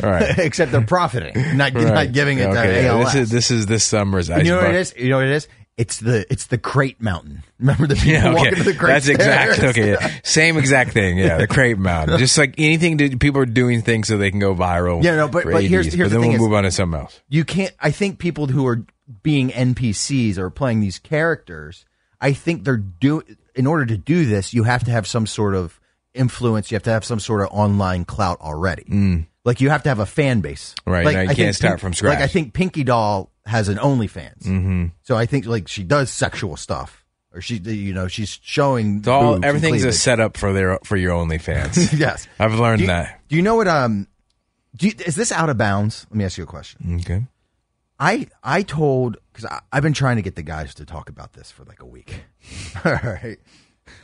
Speaker 2: All right.
Speaker 3: except they're profiting, not
Speaker 2: Right.
Speaker 3: not giving it
Speaker 2: Okay,
Speaker 3: to
Speaker 2: yeah,
Speaker 3: ALS.
Speaker 2: This is this is this summer's ice
Speaker 3: you know what
Speaker 2: bucket.
Speaker 3: it is? You know what it is? It's the it's the crate mountain. Remember the people
Speaker 2: Yeah,
Speaker 3: walking
Speaker 2: okay.
Speaker 3: to the crate?
Speaker 2: That's exact.
Speaker 3: stairs?
Speaker 2: Okay, yeah. same exact thing. Yeah, the crepe mountain. Just like anything, that people are doing things so they can go viral.
Speaker 3: Yeah, no, but-
Speaker 2: for
Speaker 3: but here's-
Speaker 2: 80s, but
Speaker 3: here's the
Speaker 2: then
Speaker 3: thing
Speaker 2: we'll
Speaker 3: is-
Speaker 2: move on to something else.
Speaker 3: You can't. I think people who are being NPCs or playing these characters. I think they're do. In order to do this, you have to have some sort of influence. You have to have some sort of online clout already. Like you have to have a fan base.
Speaker 2: Mm. Right,
Speaker 3: Like,
Speaker 2: now you
Speaker 3: think
Speaker 2: can't start
Speaker 3: Pink-
Speaker 2: from scratch. Mm-hmm.
Speaker 3: Like I think Pinky Doll has an OnlyFans. So I think like she does sexual stuff, or she, you know, she's showing
Speaker 2: It's all
Speaker 3: boobs and
Speaker 2: everything's a
Speaker 3: cleavage.
Speaker 2: setup for their for your OnlyFans.
Speaker 3: yes.
Speaker 2: I've learned
Speaker 3: do you,
Speaker 2: that.
Speaker 3: Do you know what? Um, do you, is this out of bounds? Let me ask you a question.
Speaker 2: Okay.
Speaker 3: I I told because I've been trying to get the guys to talk about this for like a week. All right.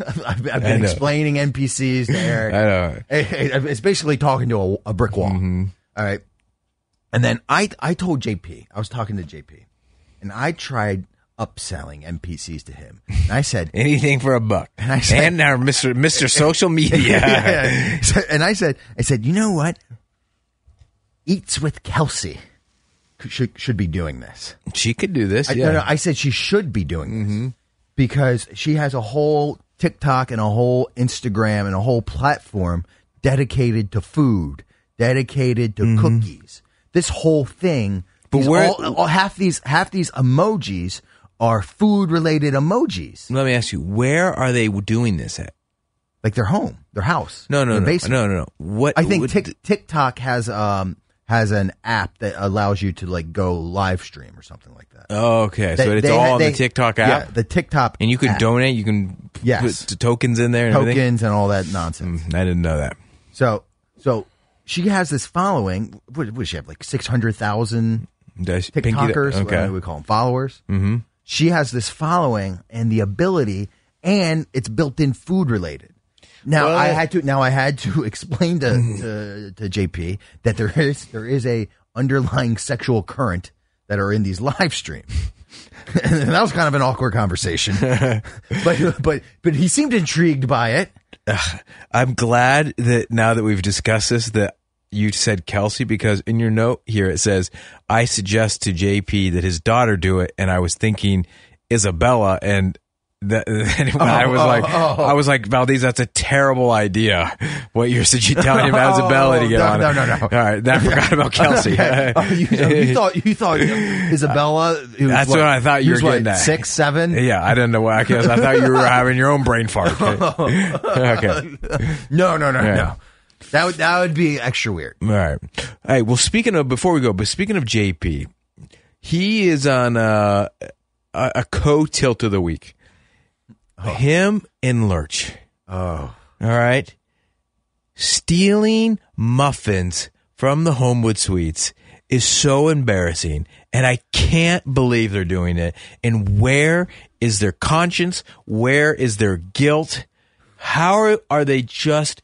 Speaker 3: I've, I've been
Speaker 2: know.
Speaker 3: explaining NPCs
Speaker 2: I
Speaker 3: to
Speaker 2: uh,
Speaker 3: Eric.
Speaker 2: know. Mm-hmm.
Speaker 3: Hey, hey, it's basically talking to a, a brick wall. All right. And then I I told JP, I was talking to JP, and I tried upselling NPCs to him. And I said,
Speaker 2: Anything for a buck.
Speaker 3: And I said-
Speaker 2: and our Mr. Mr. Social Media.
Speaker 3: yeah. So- and I said, I said, you know what? Eats with Kelsey should should be doing this.
Speaker 2: She could do this.
Speaker 3: I,
Speaker 2: yeah. Mm-hmm.
Speaker 3: no, no, I said she should be doing this because she has a whole TikTok and a whole Instagram and a whole platform dedicated to food, dedicated to cookies. This whole thing.
Speaker 2: Mm-hmm. But
Speaker 3: these
Speaker 2: where-
Speaker 3: all, all- half these half these emojis are food related emojis,
Speaker 2: Let me ask you, where are they doing this at?
Speaker 3: like their home, their house.
Speaker 2: No, no,
Speaker 3: their
Speaker 2: no,
Speaker 3: basement.
Speaker 2: no, no, no. What
Speaker 3: I think
Speaker 2: would-
Speaker 3: Tik TikTok has um has an app that allows you to like go live stream or something like that.
Speaker 2: Oh, Okay, so
Speaker 3: They-
Speaker 2: it's
Speaker 3: they
Speaker 2: all
Speaker 3: ha-
Speaker 2: on
Speaker 3: they-
Speaker 2: the TikTok
Speaker 3: yeah,
Speaker 2: app.
Speaker 3: the TikTok,
Speaker 2: And you can
Speaker 3: app,
Speaker 2: donate. You can p-
Speaker 3: Yes.
Speaker 2: put t- tokens in there. And Everything.
Speaker 3: tokens and all that nonsense.
Speaker 2: Mm, I didn't know that.
Speaker 3: So so she has this following. What, what does she have? Like six hundred thousand
Speaker 2: Does Pinky-
Speaker 3: TikTokers.
Speaker 2: okay.
Speaker 3: uh, we call them followers. Mm-hmm. She has this following and the ability, and it's built in food related. Now I had to now I had to explain to, to to JP that there is there is a underlying sexual current that are in these live streams. and that was kind of an awkward conversation. but but but he seemed intrigued by it.
Speaker 2: I'm glad that now that we've discussed this, that you said Kelsey because in your note here it says, "I suggest to JP that his daughter do it," and I was thinking Isabella and. That, and when I was
Speaker 3: oh,
Speaker 2: like,
Speaker 3: oh.
Speaker 2: I was like, Valdez, that's a terrible idea. What you're suggesting, telling him about Isabella to get
Speaker 3: Oh, no,
Speaker 2: on
Speaker 3: no,
Speaker 2: it.
Speaker 3: no, no.
Speaker 2: All right, then I forgot about Kelsey.
Speaker 3: Okay. Oh, you, you thought you thought Isabella. who was
Speaker 2: That's what I thought you
Speaker 3: who
Speaker 2: were
Speaker 3: was
Speaker 2: getting
Speaker 3: what,
Speaker 2: at.
Speaker 3: Six, seven.
Speaker 2: Yeah, I didn't know why. I, guess I thought you were having your own brain fart. Okay. okay.
Speaker 3: No, no, no,
Speaker 2: Yeah.
Speaker 3: no. That would that would be extra weird.
Speaker 2: All right. All right. Well, speaking of, before we go, but speaking of JP, he is on uh, a, a co tilt of the week. Him and Lurch. Oh. All right. Stealing muffins from the Homewood Suites is so embarrassing. And I can't believe they're doing it. And where is their conscience? Where is their guilt? How are, are they just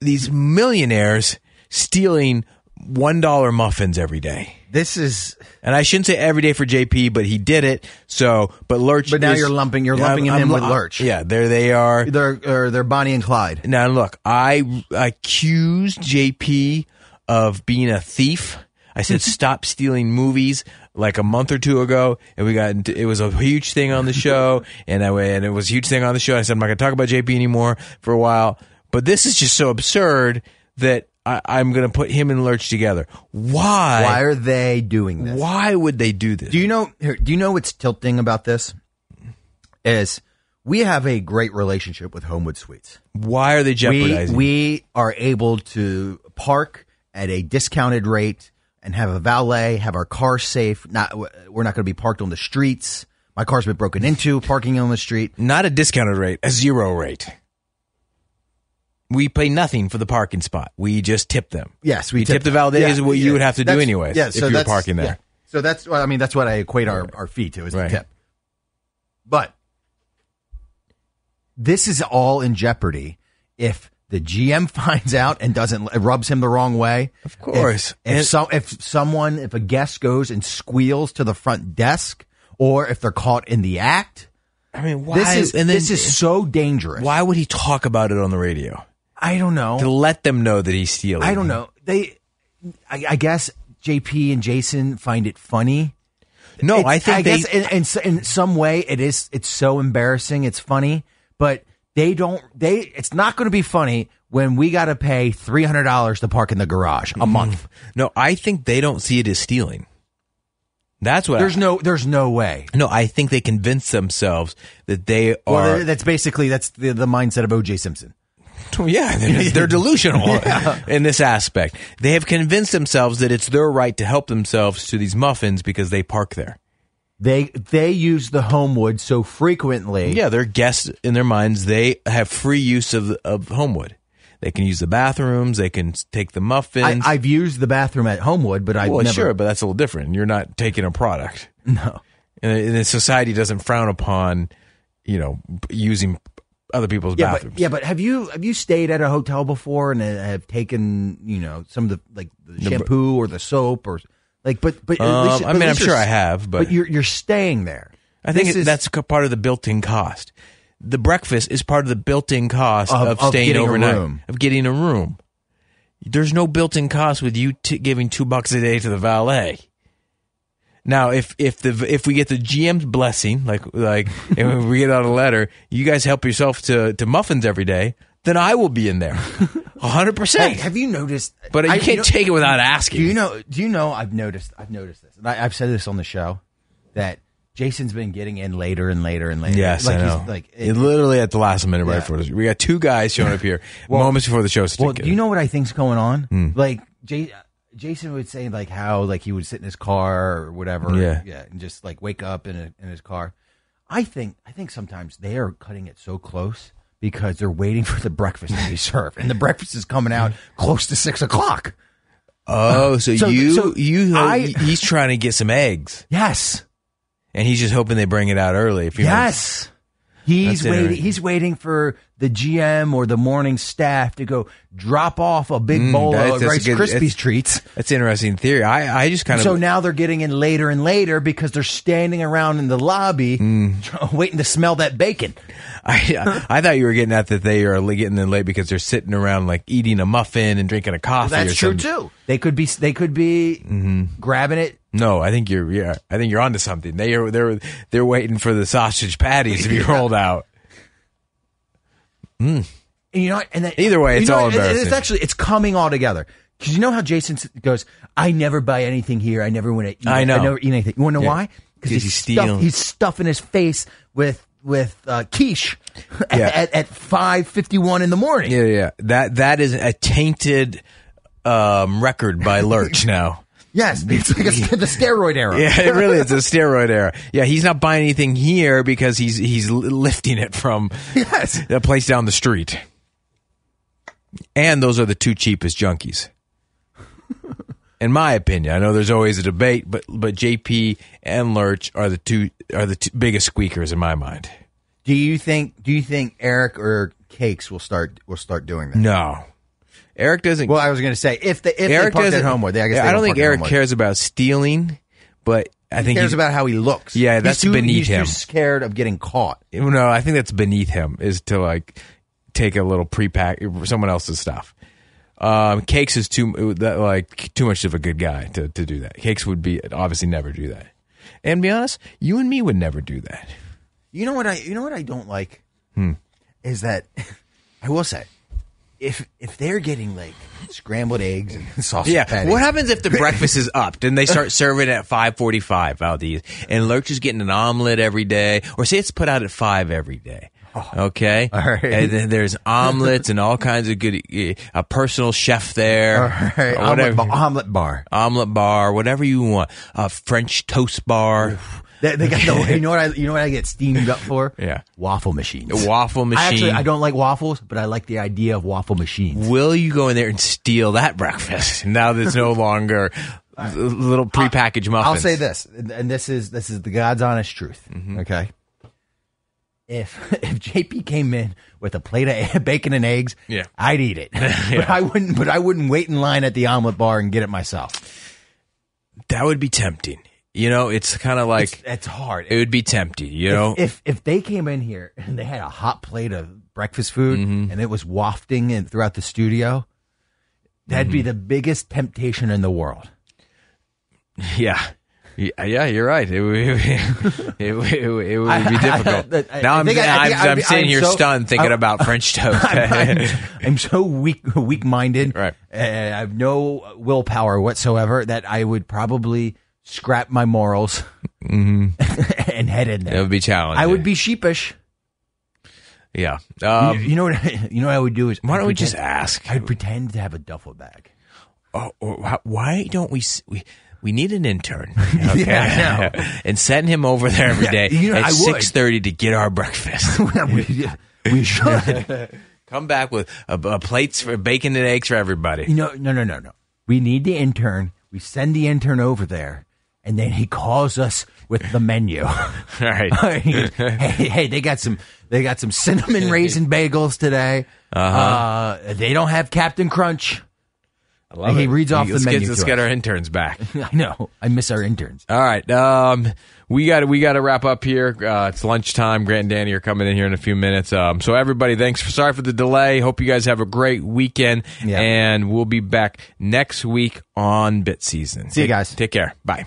Speaker 2: these millionaires stealing one dollar muffins every day.
Speaker 3: This is
Speaker 2: And I shouldn't say every day for JP, but he did it. So, but Lurch.
Speaker 3: But now
Speaker 2: is-
Speaker 3: you're lumping- you're lumping him in with Lurch.
Speaker 2: Yeah, there they are.
Speaker 3: they're or they're Bonnie and Clyde.
Speaker 2: Now look, I accused JP of being a thief. I said stop stealing movies like a month or two ago, and we got into, it was a huge thing on the show, and I and it was a huge thing on the show. I said I'm not going to talk about JP anymore for a while, but this is just so absurd that I, I'm going to put him and Lurch together. Why?
Speaker 3: Why are they doing this?
Speaker 2: Why would they do this?
Speaker 3: Do you know? here, Do you know what's tilting about this? Is we have a great relationship with Homewood Suites.
Speaker 2: Why are they
Speaker 3: We,
Speaker 2: jeopardizing?
Speaker 3: we are able to park at a discounted rate and have a valet, have our car safe. Not we're not going to be parked on the streets. My car's been broken into, parking on the street.
Speaker 2: not a discounted rate, a zero rate. We pay nothing for the parking spot. We just tip them.
Speaker 3: Yes, we
Speaker 2: You tip the valet is what you would have to do
Speaker 3: That's-
Speaker 2: anyways, if
Speaker 3: so
Speaker 2: you were
Speaker 3: that's-
Speaker 2: parking there.
Speaker 3: So that's well, I mean that's what I equate our, our fee to is
Speaker 2: Right.
Speaker 3: the tip. But this is all in jeopardy if the GM finds out and doesn't it rubs him the wrong way. Of
Speaker 2: course.
Speaker 3: If, if
Speaker 2: And-
Speaker 3: so, if someone if a guest goes and squeals to the front desk or if they're caught in the act,
Speaker 2: I mean, why?
Speaker 3: this is this is so dangerous.
Speaker 2: why would he talk about it on the radio
Speaker 3: I don't know.
Speaker 2: to let them know that he's stealing?
Speaker 3: I don't know. They, I, I guess JP and Jason find it funny.
Speaker 2: No,
Speaker 3: It's-
Speaker 2: I think they.
Speaker 3: guess in, in, s- in some way it is. It's so embarrassing. It's funny, but they don't. They. It's not going to be funny when we got to pay three hundred dollars to park in the garage a month.
Speaker 2: no, I think they don't see it as stealing. That's what.
Speaker 3: There's
Speaker 2: I,
Speaker 3: no. There's no way.
Speaker 2: no. I think they convince themselves that they are.
Speaker 3: Well, th- that's basically that's the, the mindset of OJ Simpson.
Speaker 2: Yeah, they're, they're delusional in this aspect. They have convinced themselves that it's their right to help themselves to these muffins because they park there.
Speaker 3: They they use the Homewood so frequently.
Speaker 2: Yeah, they're guests in their minds. They have free use of of Homewood. They can use the bathrooms. They can take the
Speaker 3: I,
Speaker 2: muffins.
Speaker 3: I've used the bathroom at Homewood, but I've
Speaker 2: well,
Speaker 3: never.
Speaker 2: sure, but that's a little different. You're not taking a product. No, and, and society doesn't frown upon you know b- using other people's
Speaker 3: Yeah,
Speaker 2: bathrooms.
Speaker 3: but yeah, but have you have you stayed at a hotel before and uh, have taken you know some of the like the shampoo or the soap or like but but at
Speaker 2: Um,
Speaker 3: least,
Speaker 2: I
Speaker 3: but at
Speaker 2: mean, I'm
Speaker 3: least
Speaker 2: sure
Speaker 3: you're-
Speaker 2: I have, but-
Speaker 3: but you're you're staying there.
Speaker 2: I think
Speaker 3: This
Speaker 2: it,
Speaker 3: is-
Speaker 2: that's c- part of the built-in cost. The breakfast is part of the built-in cost
Speaker 3: Of-
Speaker 2: of,
Speaker 3: of
Speaker 2: staying
Speaker 3: getting a
Speaker 2: overnight,
Speaker 3: room.
Speaker 2: of getting a room. There's no built-in cost with you t- giving two bucks a day to the valet. Now, if if the if we get the GM's blessing, like like and we get out a letter, you guys help yourself to to muffins every day, then I will be in there, hundred
Speaker 3: Hey,
Speaker 2: percent.
Speaker 3: have you noticed?
Speaker 2: But you
Speaker 3: I-
Speaker 2: can't
Speaker 3: know-
Speaker 2: take it without asking.
Speaker 3: Do you know? Do you know? I've noticed. I've noticed this, and I, I've said this on the show that Jason's been getting in later and later and later.
Speaker 2: Yes,
Speaker 3: like
Speaker 2: I know.
Speaker 3: He's, like
Speaker 2: It literally at the last minute, right
Speaker 3: Yeah.
Speaker 2: before this, we got two guys showing up here moments before the show.
Speaker 3: Well,
Speaker 2: started.
Speaker 3: do you know what I think's going on?
Speaker 2: Hmm.
Speaker 3: Like J- Jason would say, like how like he would sit in his car or whatever,
Speaker 2: Yeah.
Speaker 3: yeah, and just like wake up in a, in his car. I think I think sometimes they are cutting it so close because they're waiting for the breakfast to be served, and the breakfast is coming out close to six o'clock.
Speaker 2: Oh, so,
Speaker 3: So-
Speaker 2: you
Speaker 3: so
Speaker 2: you uh,
Speaker 3: I-
Speaker 2: he's trying to get some eggs,
Speaker 3: Yes,
Speaker 2: and he's just hoping they bring it out early. If you
Speaker 3: yes. He's
Speaker 2: That's it,
Speaker 3: waiting.
Speaker 2: right?
Speaker 3: He's waiting for the GM or the morning staff to go drop off a big
Speaker 2: Mm,
Speaker 3: bowl
Speaker 2: that's-
Speaker 3: of
Speaker 2: that's a
Speaker 3: Rice
Speaker 2: good- that's-
Speaker 3: Krispies treats.
Speaker 2: that's an interesting theory. I I just kind of
Speaker 3: so now they're getting in later and later because they're standing around in the lobby
Speaker 2: Mm.
Speaker 3: waiting to smell that bacon.
Speaker 2: I I thought you were getting at that they are li- getting in late because they're sitting around like eating a muffin and drinking a coffee. or something.
Speaker 3: too. They could be they could be
Speaker 2: Mm-hmm.
Speaker 3: grabbing it.
Speaker 2: No, I think you're yeah, I think you're onto something. They are they're they're waiting for the sausage patties to be rolled out.
Speaker 3: And you know what? And then,
Speaker 2: Either way,
Speaker 3: you
Speaker 2: it's
Speaker 3: know
Speaker 2: all
Speaker 3: what? And- and
Speaker 2: embarrassing.
Speaker 3: It's actually it's coming all together. Because you know how Jason s- goes, I never buy anything here. I never want to eat.
Speaker 2: I know.
Speaker 3: I never eat anything. You want to know
Speaker 2: Yeah.
Speaker 3: why?
Speaker 2: 'Cause
Speaker 3: he's,
Speaker 2: he's
Speaker 3: stuff-
Speaker 2: stealing.
Speaker 3: he's stuffing his face with with uh, quiche at,
Speaker 2: Yeah.
Speaker 3: at, at five fifty one in the morning.
Speaker 2: Yeah, yeah. That that is a tainted um, record by Lurch now.
Speaker 3: Yes, it's like a, the steroid era.
Speaker 2: Yeah, it really is a steroid era. Yeah, he's not buying anything here because he's he's li- lifting it from
Speaker 3: Yes.
Speaker 2: a place down the street. And those are the two cheapest junkies. In my opinion, I know there's always a debate, but but JP and Lurch are the two are the two biggest squeakers in my mind.
Speaker 3: Do you think? Do you think Eric or Cakes will start will start doing that?
Speaker 2: No. Eric doesn't.
Speaker 3: Well, I was going to say if the
Speaker 2: Eric
Speaker 3: if they parked
Speaker 2: doesn't.
Speaker 3: at home with, I guess they
Speaker 2: I
Speaker 3: don't
Speaker 2: don't think
Speaker 3: park at
Speaker 2: Eric
Speaker 3: Homewood.
Speaker 2: cares about stealing, but I think
Speaker 3: He cares
Speaker 2: he's-
Speaker 3: about how he looks.
Speaker 2: Yeah,
Speaker 3: He's
Speaker 2: that's
Speaker 3: too-
Speaker 2: beneath
Speaker 3: he's too
Speaker 2: him.
Speaker 3: scared of getting caught.
Speaker 2: No, I think that's beneath him is to like take a little pre-pack someone else's stuff. Um, Cakes is too that, like too much of a good guy to, to do that. Cakes would be obviously never do that. And be honest, you and me would never do that.
Speaker 3: You know what I? You know what I don't like
Speaker 2: Hmm.
Speaker 3: is that I will say if if they're getting like scrambled eggs and sausage patties,
Speaker 2: What happens if the breakfast is upped and they start serving it at five forty-five, Valdez, and Lurch is getting an omelet every day, or say it's put out at five every day. Okay,
Speaker 3: Oh. all right.
Speaker 2: And then there's omelets and all kinds of good. eh, A personal chef there,
Speaker 3: All right,
Speaker 2: or
Speaker 3: omelet,
Speaker 2: whatever.
Speaker 3: bar, omelet bar.
Speaker 2: omelet bar, whatever you want, a French toast bar,
Speaker 3: They, they got the, you know what I you know what I get steamed up for?
Speaker 2: Yeah.
Speaker 3: waffle machines.
Speaker 2: a waffle machine.
Speaker 3: I actually I don't like waffles, but I like the idea of waffle machines.
Speaker 2: Will you go in there and steal that breakfast now that it's no longer little prepackaged muffins?
Speaker 3: I'll say this, and and this is this is the God's honest truth.
Speaker 2: Mm-hmm.
Speaker 3: Okay. If if JP came in with a plate of bacon and eggs,
Speaker 2: Yeah.
Speaker 3: I'd eat it. But I wouldn't. But I wouldn't wait in line at the omelet bar and get it myself.
Speaker 2: that would be tempting. You know, it's kind of like
Speaker 3: It's, it's hard.
Speaker 2: it would be tempting. You know,
Speaker 3: if if they came in here and they had a hot plate of breakfast food
Speaker 2: Mm-hmm.
Speaker 3: and it was wafting and throughout the studio, that'd
Speaker 2: Mm-hmm.
Speaker 3: be the biggest temptation in the world.
Speaker 2: yeah. Yeah, yeah, you're right. It would, it would, it would, it would be difficult.
Speaker 3: I- I
Speaker 2: now I'm,
Speaker 3: think I- I
Speaker 2: I, am
Speaker 3: think
Speaker 2: I'm,
Speaker 3: I-
Speaker 2: I'm sitting
Speaker 3: I'm
Speaker 2: here
Speaker 3: so-
Speaker 2: stunned thinking
Speaker 3: I'm-
Speaker 2: about French toast.
Speaker 3: I'm, I'm so weak weak minded.
Speaker 2: Right.
Speaker 3: I have no willpower whatsoever that I would probably scrap my morals
Speaker 2: Mm-hmm.
Speaker 3: and head in
Speaker 2: it
Speaker 3: there.
Speaker 2: would be challenging.
Speaker 3: I would be sheepish.
Speaker 2: yeah. Um,
Speaker 3: you, you know what? I, you know what I would do is
Speaker 2: why
Speaker 3: I'd
Speaker 2: don't we
Speaker 3: pretend-
Speaker 2: just ask?
Speaker 3: I'd pretend to have a duffel bag.
Speaker 2: oh, or why- why don't we s- we we need an intern, okay?
Speaker 3: Yeah, I
Speaker 2: and send him over there every day
Speaker 3: Yeah, you know, I
Speaker 2: at
Speaker 3: would.
Speaker 2: six thirty to get our breakfast.
Speaker 3: we, we should.
Speaker 2: Come back with a, a plates for bacon and eggs for everybody.
Speaker 3: You know, no, no, no, no. We need the intern. We send the intern over there, and then he calls us with the menu.
Speaker 2: All right,
Speaker 3: hey, hey, they got some. They got some cinnamon raisin bagels today.
Speaker 2: Uh-huh.
Speaker 3: Uh, they don't have Captain Crunch.
Speaker 2: I love
Speaker 3: He
Speaker 2: it.
Speaker 3: reads off the
Speaker 2: let's get-
Speaker 3: menu
Speaker 2: Let's
Speaker 3: to
Speaker 2: get
Speaker 3: us.
Speaker 2: our interns back.
Speaker 3: I know. I miss our interns.
Speaker 2: All right, um, we got we got to wrap up here. Uh, it's lunchtime. Grant and Danny are coming in here in a few minutes. Um, so everybody, thanks. For, sorry for the delay. Hope you guys have a great weekend,
Speaker 3: Yeah.
Speaker 2: and we'll be back next week on Bit Season.
Speaker 3: See you
Speaker 2: Take-
Speaker 3: guys.
Speaker 2: Take care. Bye.